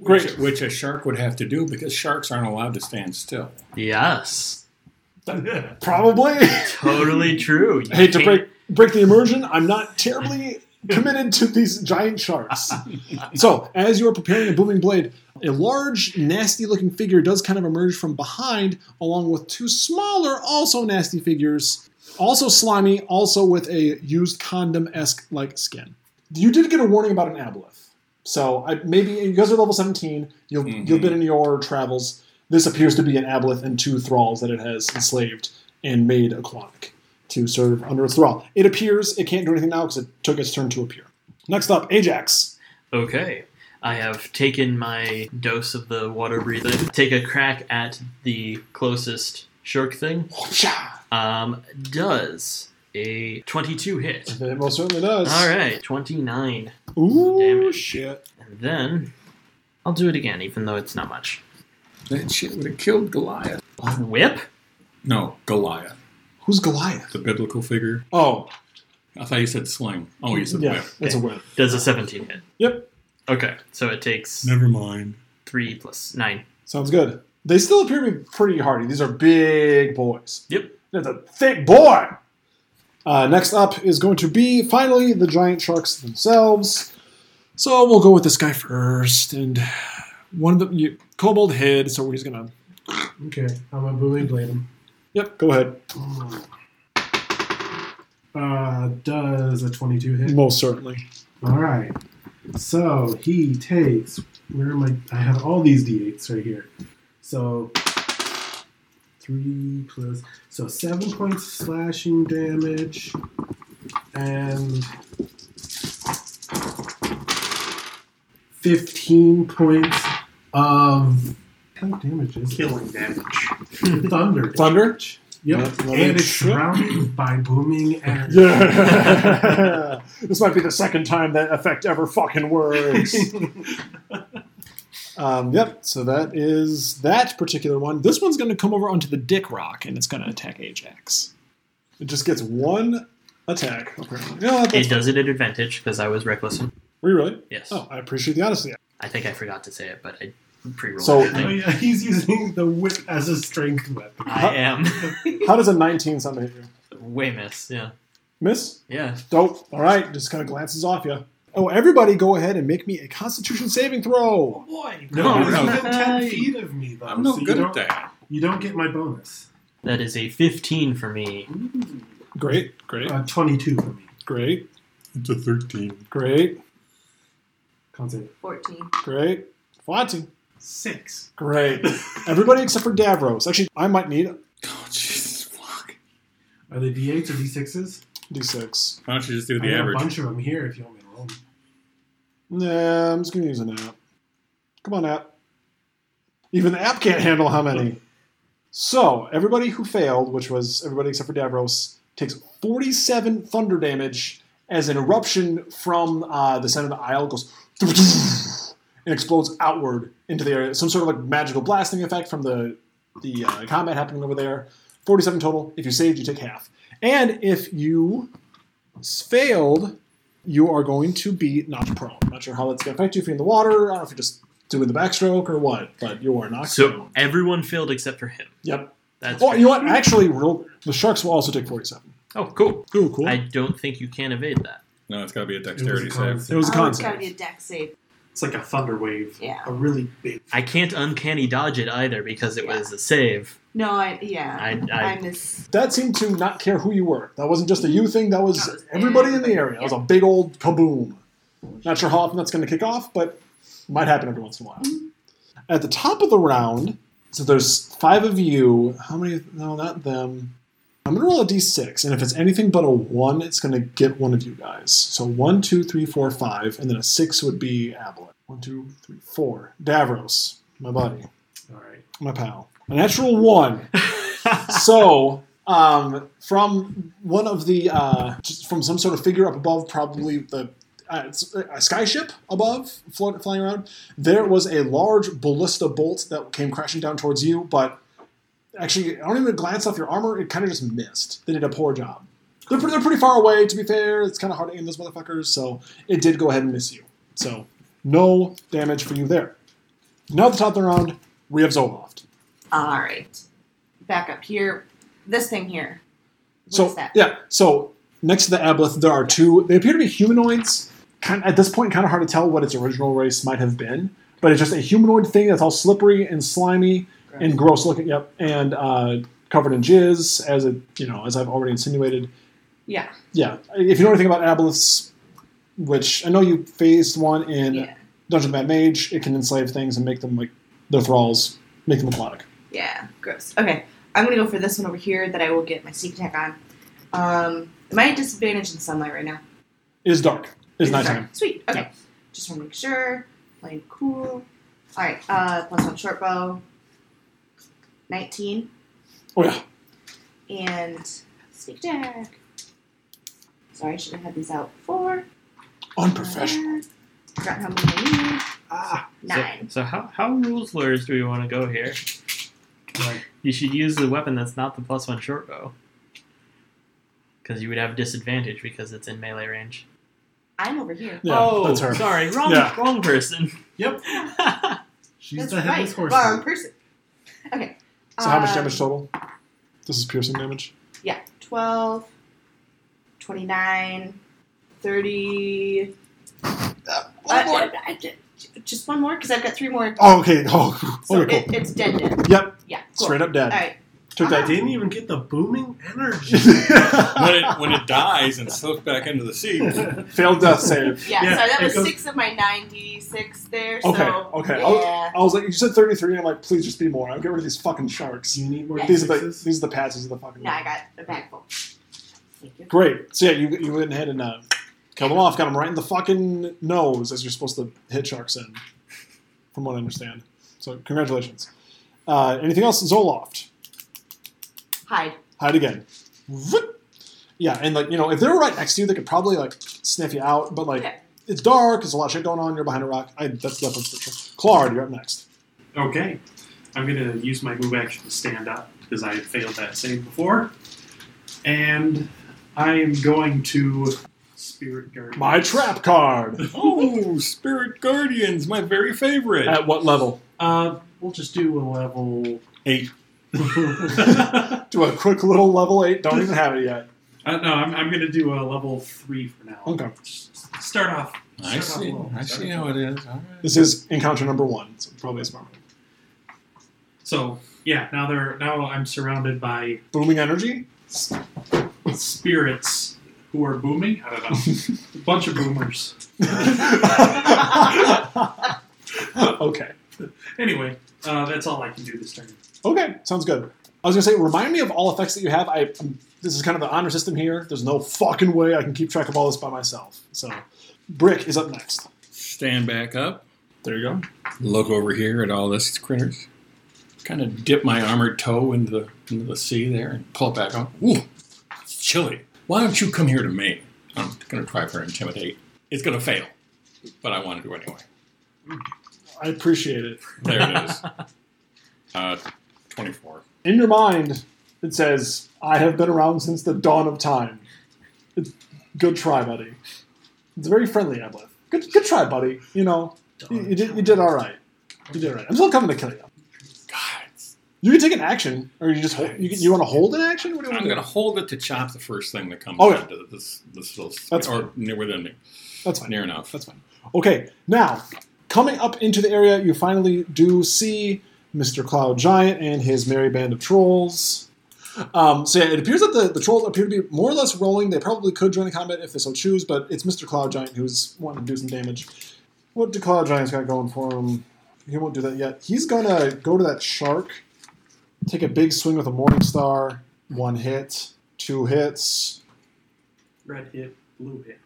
Speaker 1: Which-
Speaker 3: Great.
Speaker 1: Which, a shark would have to do because sharks aren't allowed to stand still.
Speaker 4: Yes.
Speaker 3: Probably.
Speaker 4: Totally true. You
Speaker 3: I hate to
Speaker 4: can't-
Speaker 3: break break the immersion. I'm not terribly committed to these giant sharks. So, as you are preparing a booming blade, a large, nasty-looking figure does kind of emerge from behind, along with two smaller, also nasty figures, also slimy, also with a used condom-esque like skin. You did get a warning about an aboleth, so I, maybe you guys are level 17. You'll
Speaker 1: Mhm.
Speaker 3: you've been in your travels. This appears to be an aboleth and two thralls that it has enslaved and made aquatic to serve under its thrall. It appears it can't do anything now because it took its turn to appear. Next up, Ajax.
Speaker 4: Okay. I have taken my dose of the water breathing. Take a crack at the closest shark thing.
Speaker 3: Whoopsha!
Speaker 4: Um, does a 22 hit.
Speaker 3: It most certainly does.
Speaker 4: All right, 29.
Speaker 3: Ooh,
Speaker 4: Damage.
Speaker 3: shit.
Speaker 4: And then I'll do it again, even though it's not much.
Speaker 1: That shit would have killed Goliath.
Speaker 4: Whip?
Speaker 1: No, Goliath,
Speaker 3: Who's Goliath?
Speaker 1: the biblical figure.
Speaker 3: Oh,
Speaker 1: I thought you said sling. Oh, you said
Speaker 3: yeah,
Speaker 1: whip.
Speaker 3: it's a whip.
Speaker 4: Does a 17 hit?
Speaker 3: Yep,
Speaker 4: Okay, so it takes
Speaker 1: Never mind.
Speaker 4: 3 plus 9.
Speaker 3: sounds good. They still appear to be pretty hardy. These are big boys.
Speaker 4: Yep.
Speaker 3: That's a thick boy. Uh, next up is going to be finally the giant sharks themselves. So we'll go with this guy first, and one of the you, kobold hid, so we're just gonna
Speaker 2: Okay, I'm a booming blade him.
Speaker 3: Yep, go ahead.
Speaker 2: Hmm. Uh, does a 22 hit?
Speaker 3: Most certainly.
Speaker 2: All right. So he takes. Where am I? I have all these d8s right here. So three plus. So seven points of slashing damage, and fifteen points of. How much damage is it?
Speaker 6: Killing damage.
Speaker 2: Thunder.
Speaker 3: Thunder?
Speaker 2: Yep.
Speaker 3: Yep, another
Speaker 2: And it's
Speaker 3: trip.
Speaker 2: surrounded by booming and
Speaker 3: Yeah. this might be the second time that effect ever fucking works. um, yep, so that is that particular one. This one's going to come over onto the dick rock and it's going to attack Ajax. It just gets one attack, apparently. You know what, that's
Speaker 4: It does it at advantage because I was reckless. and-
Speaker 3: Were you really?
Speaker 4: Yes.
Speaker 3: Oh, I appreciate the honesty.
Speaker 4: I think I forgot to say it, but I pre-rolled.
Speaker 3: So-
Speaker 2: Oh,
Speaker 4: everything.
Speaker 2: yeah, he's using the whip as a strength weapon.
Speaker 4: I am
Speaker 3: How does a 19 sound to hit you?
Speaker 4: way miss. Yeah.
Speaker 3: Miss?
Speaker 4: Yeah.
Speaker 3: Dope. All right, just kind of glances off you. Oh, everybody go ahead and make me a constitution saving throw.
Speaker 2: Boy,
Speaker 1: No,
Speaker 2: no,
Speaker 1: no.
Speaker 2: no, within ten
Speaker 4: Hey.
Speaker 2: feet of me though.
Speaker 1: I'm no
Speaker 2: so you
Speaker 1: good at
Speaker 2: don't-
Speaker 1: that.
Speaker 2: You don't get my bonus.
Speaker 4: That is a 15 for me.
Speaker 3: Great, great,
Speaker 2: Uh, Twenty-two for me.
Speaker 3: great,
Speaker 1: It's a 13.
Speaker 3: great,
Speaker 2: Can't say it.
Speaker 5: 14.
Speaker 3: great. Fonty.
Speaker 2: Six.
Speaker 3: Great. Everybody except for Davros. Actually, I might need a
Speaker 1: Oh, Jesus, fuck.
Speaker 2: Are they d8s or d6s?
Speaker 3: d6.
Speaker 1: Why don't you just do
Speaker 2: I
Speaker 1: the
Speaker 2: got a
Speaker 1: average?
Speaker 2: bunch of them here if you want me to roll them.
Speaker 3: Nah, I'm just going to use an app. Come on, app. Even the app can't handle how many. So, everybody who failed, which was everybody except for Davros, takes 47 thunder damage as an eruption from uh, the center of the aisle goes and explodes outward into the area. Some sort of like magical blasting effect from the, the uh, combat happening over there. 47 total. If you saved, you take half. And if you s- failed, you are going to be knocked prone. Not sure how that's going to affect you if you're in the water. I don't know if you're just doing the backstroke or what, but you are knocked
Speaker 4: So
Speaker 3: prone.
Speaker 4: everyone failed except for him.
Speaker 3: Yep.
Speaker 4: That's
Speaker 3: Oh, you know what? Actually, real, the sharks will also take 47.
Speaker 4: oh cool.
Speaker 3: Cool, cool.
Speaker 4: I don't think you can evade that.
Speaker 1: No, it's got to be a dexterity
Speaker 2: It was a con
Speaker 1: save.
Speaker 3: it was a
Speaker 5: oh, it's gotta
Speaker 3: concept.
Speaker 5: be a deck save.
Speaker 6: It's like a thunder wave.
Speaker 5: Yeah.
Speaker 6: A really big.
Speaker 4: I can't uncanny dodge it either because it
Speaker 5: Yeah.
Speaker 4: was a save.
Speaker 5: No, I, yeah.
Speaker 4: I,
Speaker 5: I
Speaker 4: I
Speaker 5: miss.
Speaker 3: That seemed to not care who you were. That wasn't just a you thing. That was
Speaker 5: That was
Speaker 3: everybody in the area. That was a big old kaboom. Not sure how often that's going to kick off, but it might happen every once in a while. At the top of the round, so there's five of you. How many? No, not them. I'm going to roll a d6, and if it's anything but a one, it's going to get one of you guys. So one, two, three, four, five, and then a six would be Abelet. One, two, three, four. Davros, my buddy,
Speaker 2: All right.
Speaker 3: my pal. A natural one so um, from one of the uh, just from some sort of figure up above probably the uh, it's a skyship above float, flying around there was a large ballista bolt that came crashing down towards you but actually i don't even glance off your armor it kind of just missed they did a poor job they're, pre- they're pretty far away to be fair it's kind of hard to aim those motherfuckers so it did go ahead and miss you so no damage for you there now at the top of the round we have zoloft
Speaker 5: All right. Back up here. This thing here. What
Speaker 3: so
Speaker 5: is that?
Speaker 3: yeah, so next to the aboleth, there are two. They appear to be humanoids. Kind at this point, kind of hard to tell what its original race might have been, but it's just a humanoid thing that's all slippery and slimy and gross looking. Yep, and uh, covered in jizz, as it you know, as I've already insinuated.
Speaker 5: Yeah.
Speaker 3: Yeah, if you know anything about aboleths, which I know you faced one in
Speaker 5: Yeah.
Speaker 3: Dungeon of the Mad Mage, it can enslave things and make them like their thralls, make them aquatic.
Speaker 5: Yeah, gross. Okay, I'm gonna go for this one over here that I will get my sneak attack on. Um, am I at disadvantage in sunlight right now?
Speaker 3: It is dark. It is
Speaker 5: Sorry.
Speaker 3: nighttime.
Speaker 5: Sweet. Okay, just want to make sure. Playing cool. All right. Uh, plus one short bow. Nineteen
Speaker 3: Oh yeah,
Speaker 5: and sneak attack. Sorry, I should have had these out before. Uh,
Speaker 3: unprofessional.
Speaker 5: Forgot how many I
Speaker 3: Ah,
Speaker 5: need.
Speaker 4: So-
Speaker 5: Nine.
Speaker 4: So, how, how rules lawyers do we want to go here?
Speaker 2: Right.
Speaker 4: You should use the weapon that's not the plus one short bow. Because you would have disadvantage because it's in melee range.
Speaker 5: I'm over here.
Speaker 3: yeah,
Speaker 4: oh,
Speaker 3: that's her.
Speaker 4: sorry, wrong,
Speaker 3: Yeah.
Speaker 4: wrong person.
Speaker 2: Yep. She's
Speaker 5: That's
Speaker 2: the
Speaker 5: right.
Speaker 2: headless horse.
Speaker 5: Wrong person. Okay.
Speaker 3: So how much
Speaker 5: um,
Speaker 3: damage total? This is piercing damage.
Speaker 5: Yeah, 12, 29, 30. Uh, I- I- just one more because I've got three more.
Speaker 3: Oh, okay. Oh,
Speaker 5: So
Speaker 3: okay,
Speaker 5: it, it's dead dead.
Speaker 3: cool. Yep,
Speaker 5: Yeah, cool.
Speaker 3: straight up dead.
Speaker 5: All right, Uh-huh.
Speaker 3: Took
Speaker 6: I
Speaker 3: that.
Speaker 6: didn't even get the booming energy.
Speaker 1: When it when it dies and slips back into the sea,
Speaker 3: Failed death save.
Speaker 5: Yeah,
Speaker 6: Yeah,
Speaker 5: sorry, that
Speaker 6: it
Speaker 5: was
Speaker 6: goes-
Speaker 5: six of my 96 there. So,
Speaker 3: Okay, okay.
Speaker 5: Yeah.
Speaker 3: I was like, you said 33, and I'm like, please just be more. I'll get rid of these fucking sharks.
Speaker 6: you need more
Speaker 5: Yeah.
Speaker 3: These are the,
Speaker 6: sixes?
Speaker 3: these are the patches of the fucking.
Speaker 5: No, I got a bag full. Thank you.
Speaker 3: Great. So yeah, you you went ahead and uh, killed them off. Got them right in the fucking nose as you're supposed to hit sharks in, from what I understand. So congratulations. Uh, anything else? Zoloft.
Speaker 5: Hide.
Speaker 3: Hide again. Vroom. Yeah, and like you know, if they were right next to you, they could probably like sniff you out. But like,
Speaker 5: Okay.
Speaker 3: it's dark. There's a lot of shit going on. You're behind a rock. I, that's the reference. for sure. Claude, you're up next.
Speaker 6: Okay. I'm going to use my move action to stand up because I had failed that save before. And I am going to Spirit Guardian.
Speaker 3: My trap card.
Speaker 1: oh, spirit guardians, my very favorite.
Speaker 3: At what level?
Speaker 6: Uh, we'll just do a level.
Speaker 1: Eight.
Speaker 6: uh,
Speaker 3: Do a quick little level eight. Don't even have it yet.
Speaker 6: no, I'm, I'm going to do a level three for now.
Speaker 3: Okay.
Speaker 6: Start off.
Speaker 1: I
Speaker 6: start off
Speaker 1: see.
Speaker 6: low.
Speaker 1: I
Speaker 6: Start
Speaker 1: see
Speaker 6: off
Speaker 1: how
Speaker 6: low.
Speaker 1: it is. All right.
Speaker 3: This is encounter number one. So probably a smart one.
Speaker 6: So yeah, now they're now I'm surrounded by
Speaker 3: Booming energy.
Speaker 6: spirits who are booming. I don't know, a bunch of boomers.
Speaker 3: okay.
Speaker 6: Anyway, uh, that's all I can do this turn.
Speaker 3: Okay. Sounds good. I was gonna say, remind me of all effects that you have. I um, this is kind of the honor system here. There's no fucking way I can keep track of all this by myself. So, Brick is up next.
Speaker 1: Stand back up. There you go. Look over here at all this critters. Kind of dip my armored toe into the into the sea there and pull it back up. Ooh, it's chilly. Why don't you come here to me? I'm gonna try for intimidate. It's gonna fail, but I want to do anyway.
Speaker 3: I appreciate it.
Speaker 1: There it is. Uh, Twenty-four.
Speaker 3: In your mind, it says, "I have been around since the dawn of time." It's, good try, buddy. It's very friendly, I believe. Good, good try, buddy. You know, you, you did, you did all right. You did all right. I'm still coming to kill you.
Speaker 1: God, it's-
Speaker 3: You can take an action, or you just hold, you, can- you want to hold an action. What do you want
Speaker 1: I'm
Speaker 3: to do?
Speaker 1: gonna hold it to chop the first thing that comes
Speaker 3: Okay.
Speaker 1: into this this little
Speaker 3: That's
Speaker 1: or near within me.
Speaker 3: That's fine.
Speaker 1: Near enough.
Speaker 3: That's fine. Okay, now coming up into the area, you finally do see Mr. Cloud Giant and his merry band of trolls. Um, so yeah, it appears that the, the trolls appear to be more or less rolling. They probably could join the combat if they so choose, but it's Mr. Cloud Giant who's wanting to do some damage. What do Cloud Giant's got going for him? He won't do that yet. He's gonna go to that shark, take a big swing with a Morning Star. One hit, two hits,
Speaker 6: Red hit, blue hit.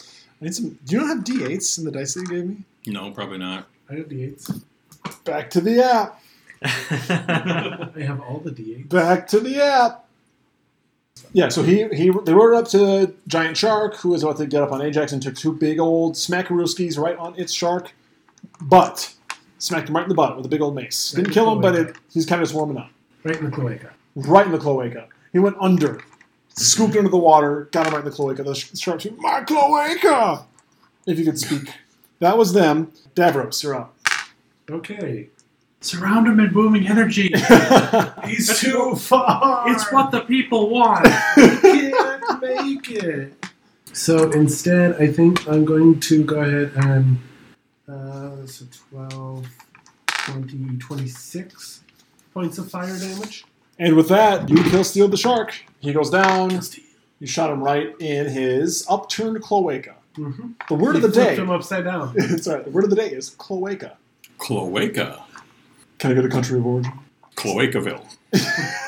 Speaker 3: I need some. Do you not have d8s in the dice that you gave me?
Speaker 1: No, probably not.
Speaker 2: I have d8s.
Speaker 3: Back to the app.
Speaker 2: I have all the d8s.
Speaker 3: Back to the app. Yeah, so he, he they rode up to Giant Shark, who was about to get up on Ajax and took two big old smackarooskies right on its shark butt. Smacked him right in the butt with a big old mace. Didn't kill him, but it, he's kind of just warming up.
Speaker 2: Right in the cloaca.
Speaker 3: Right in the cloaca. He went under, scooped under the water, got him right in the cloaca. The sh- shark said, My cloaca! If you could speak. That was them. Davros, you're up.
Speaker 2: Okay.
Speaker 6: Surround him in booming energy.
Speaker 2: He's too far.
Speaker 6: it's what the people want.
Speaker 2: can't make it. So instead, I think I'm going to go ahead and. Uh, so 12, 20, 26 points of fire damage.
Speaker 3: And with that, you kill Steel the Shark. He goes down. You shot him right in his upturned cloaca.
Speaker 2: Mm-hmm.
Speaker 3: The word of the
Speaker 2: flipped
Speaker 3: day.
Speaker 2: him upside down.
Speaker 3: it's all right. The word of the day is cloaca.
Speaker 1: Cloaca,
Speaker 3: Can I get a country of origin?
Speaker 1: Cloacaville,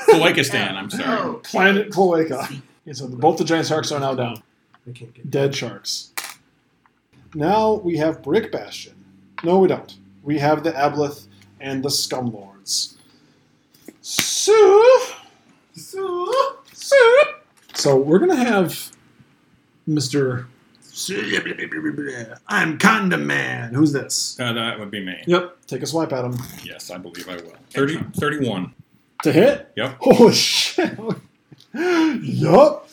Speaker 1: Cloacastan. I'm sorry.
Speaker 5: Oh,
Speaker 3: Planet cloaca. Yeah, so the- both the giant sharks are now down.
Speaker 2: I can't get
Speaker 3: Dead sharks. Now we have Brick Bastion. No, we don't. We have the Ableth and the Scumlords. So, so, so. So we're gonna have Mister. I'm Conda Man. Who's this?
Speaker 1: Uh, that would be me.
Speaker 3: Yep. Take a swipe at him.
Speaker 1: Yes, I believe I will. 30, 31.
Speaker 3: To hit?
Speaker 1: Yep.
Speaker 3: Oh shit. yup.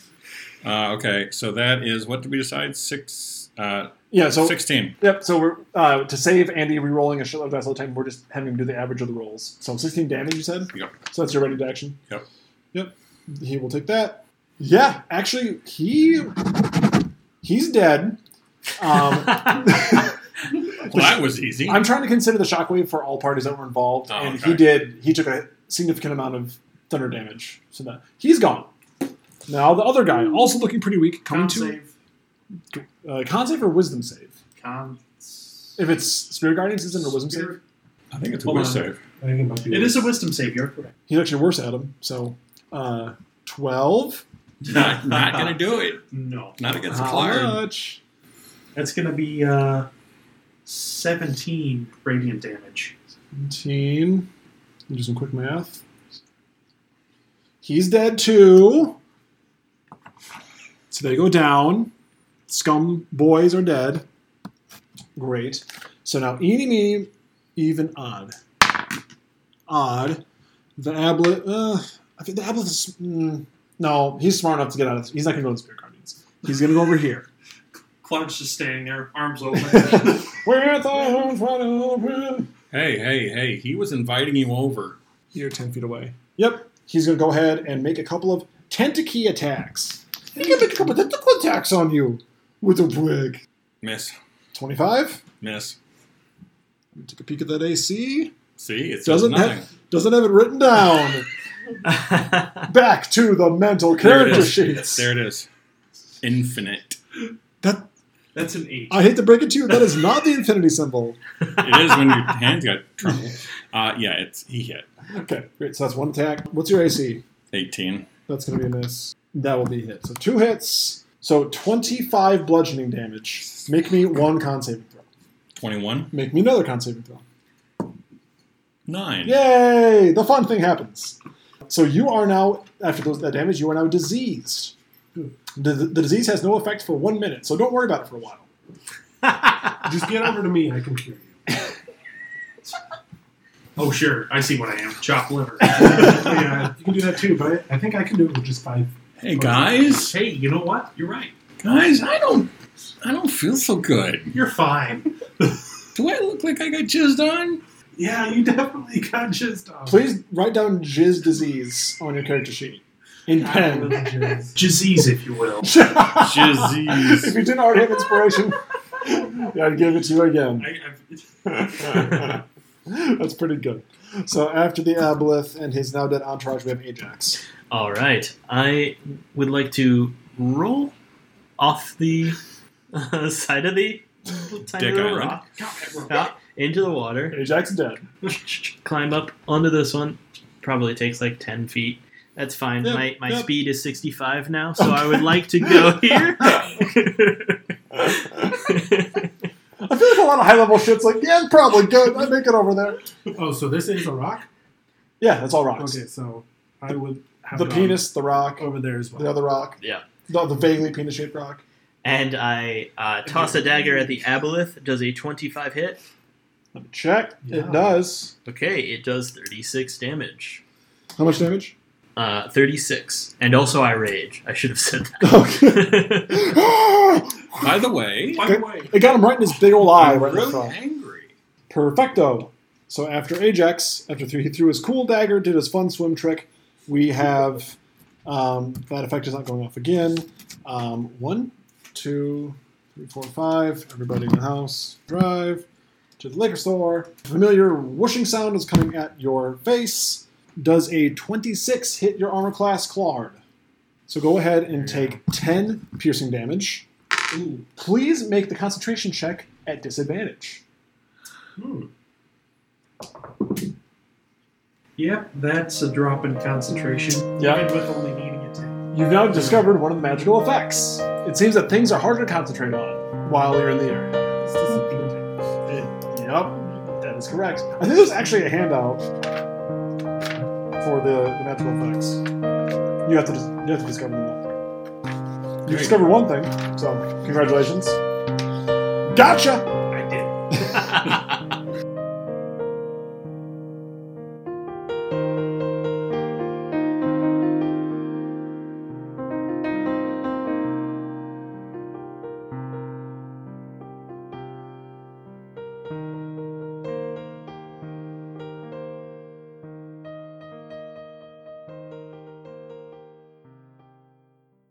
Speaker 1: Uh, okay, so that is what did we decide? Six, uh,
Speaker 3: Yeah. So
Speaker 1: 16.
Speaker 3: Yep. So we're uh, to save Andy re-rolling a shitload of dice all the time. We're just having him do the average of the rolls. So 16 damage, you said.
Speaker 1: Yep.
Speaker 3: So that's your ready to action.
Speaker 1: Yep.
Speaker 3: Yep. He will take that. Yeah. Actually, he he's dead. Um,
Speaker 1: Well, that was easy.
Speaker 3: I'm trying to consider the shockwave for all parties that were involved,
Speaker 1: Oh,
Speaker 3: and
Speaker 1: okay.
Speaker 3: he did. He took a significant amount of thunder damage, so that he's gone. Now the other guy, also looking pretty weak, coming
Speaker 6: Con
Speaker 3: to
Speaker 6: save.
Speaker 3: uh, con save or wisdom save.
Speaker 6: Con.
Speaker 3: If it's spirit guardians, isn't it a wisdom save?
Speaker 1: I think it's a
Speaker 6: Hold
Speaker 1: wish
Speaker 6: on.
Speaker 1: save.
Speaker 2: I think it might be.
Speaker 6: It is a wisdom save. You're correct.
Speaker 3: He's actually worse at him. So uh, twelve.
Speaker 1: Not, not gonna do it.
Speaker 6: No.
Speaker 1: Not against
Speaker 3: How
Speaker 1: Clark.
Speaker 3: much?
Speaker 6: That's going to be uh, 17 radiant damage.
Speaker 3: 17. Let me Do some quick math. He's dead too. So they go down. Scum boys are dead. Great. So now eeny meeny, even odd. Odd. The ablet. Uh, I think the ablet is. Mm, no, he's smart enough to get out of. He's not gonna go to the spirit guardians. He's gonna go over here.
Speaker 6: Clark's just standing there, arms open.
Speaker 3: Where the arms wide open.
Speaker 1: Hey, hey, hey! He was inviting you over.
Speaker 3: You're 10 feet away. Yep. He's going to go ahead and make a couple of tentacle attacks. He can make a couple of tentacle attacks on you with a wig.
Speaker 1: Miss,
Speaker 3: 25.
Speaker 1: miss.
Speaker 3: Let me Take a peek at that AC.
Speaker 1: See, it does
Speaker 3: Doesn't
Speaker 1: nothing.
Speaker 3: have, doesn't have it written down. Um, Back to the mental
Speaker 1: There it
Speaker 3: character
Speaker 1: is.
Speaker 3: sheets.
Speaker 1: There it is. Infinite.
Speaker 3: That
Speaker 6: That's an 8.
Speaker 3: I hate to break it to you, that is not the infinity symbol.
Speaker 1: It is when your hands got trouble. Uh, yeah, it's he hit
Speaker 3: Okay, great. So that's one attack. What's your AC?
Speaker 1: eighteen.
Speaker 3: That's going to be a miss. That will be a hit. So two hits. So 25 bludgeoning damage. Make me one con saving throw.
Speaker 1: 21,
Speaker 3: Make me another con saving throw.
Speaker 1: 9.
Speaker 3: Yay! The fun thing happens. So you are now, after those, that damage, you are now diseased. The, the disease has no effect for one minute, so don't worry about it for a while.
Speaker 2: Just get over to me. I can cure you.
Speaker 6: Oh, sure. I see what I am. Chop liver.
Speaker 2: yeah, you can do that too, but I, I think I can do it with just five.
Speaker 1: Hey guys,
Speaker 6: hey, you know what? You're right.
Speaker 1: guys, I don't, I don't feel so good.
Speaker 6: You're fine.
Speaker 1: Do I look like I got jizzed on?
Speaker 6: Yeah, you definitely got jizzed on.
Speaker 3: Please write down jizz disease on your character sheet in pen.
Speaker 2: Bandages.
Speaker 6: Jizzies, if you will.
Speaker 1: Jizzies.
Speaker 3: if you didn't already have inspiration, yeah, I'd give it to you again.
Speaker 6: I,
Speaker 3: That's pretty good. So after the aboleth and his now dead entourage, we have Ajax.
Speaker 4: All right. I would like to roll off the uh, side of the tiny
Speaker 1: Dick
Speaker 4: little
Speaker 1: Island.
Speaker 4: rock
Speaker 6: I've,
Speaker 4: yeah, into the water,
Speaker 3: Ajax is dead.
Speaker 4: climb up onto this one. Probably takes like 10 feet. That's fine.
Speaker 3: Yep,
Speaker 4: my my
Speaker 3: yep.
Speaker 4: speed is 65 now, so I would like to go here.
Speaker 3: I feel like a lot of high level shit's like, yeah, probably good. I make it over there.
Speaker 2: oh, so this is a rock.
Speaker 3: Yeah, that's all rocks.
Speaker 2: Okay, so I would have
Speaker 3: The
Speaker 2: it on
Speaker 3: penis, the rock,
Speaker 2: over there as well.
Speaker 3: the other rock.
Speaker 4: Yeah.
Speaker 3: The, the vaguely penis shaped rock.
Speaker 4: and I uh, toss a dagger at the aboleth. Does a 25 hit?
Speaker 3: Let me check.
Speaker 2: Yeah.
Speaker 3: It does.
Speaker 4: Okay, it does 36 damage.
Speaker 3: How much damage?
Speaker 4: Uh, 36. And also I rage. I should have said
Speaker 3: Okay.
Speaker 4: that.
Speaker 1: By the way,
Speaker 6: By the way,
Speaker 3: it got him right in his big old eye.
Speaker 1: I'm
Speaker 3: Right in the
Speaker 1: really
Speaker 3: front.
Speaker 1: angry.
Speaker 3: Perfecto. So after Ajax, after three, he threw his cool dagger, did his fun swim trick. We have um, that effect is not going off again. Um, one, two, three, four, five. Everybody in the house, drive to the liquor store. Familiar whooshing sound is coming at your face. Does a 26 hit your armor class, Claude? So go ahead and take 10 piercing damage.
Speaker 6: ooh,
Speaker 3: Please make the concentration check at disadvantage.
Speaker 6: hmm. Yep, that's a drop in concentration.
Speaker 3: Yeah.
Speaker 6: Even with only needing a 10.
Speaker 3: You've now discovered one of the magical effects. It seems that things are harder to concentrate on while you're in the area.
Speaker 2: It's just a painting.
Speaker 3: Yep, that is correct. I think there's actually a handout for the, the magical effects. You have to dis- you have to discover them all. You discovered one thing, so congratulations. Gotcha.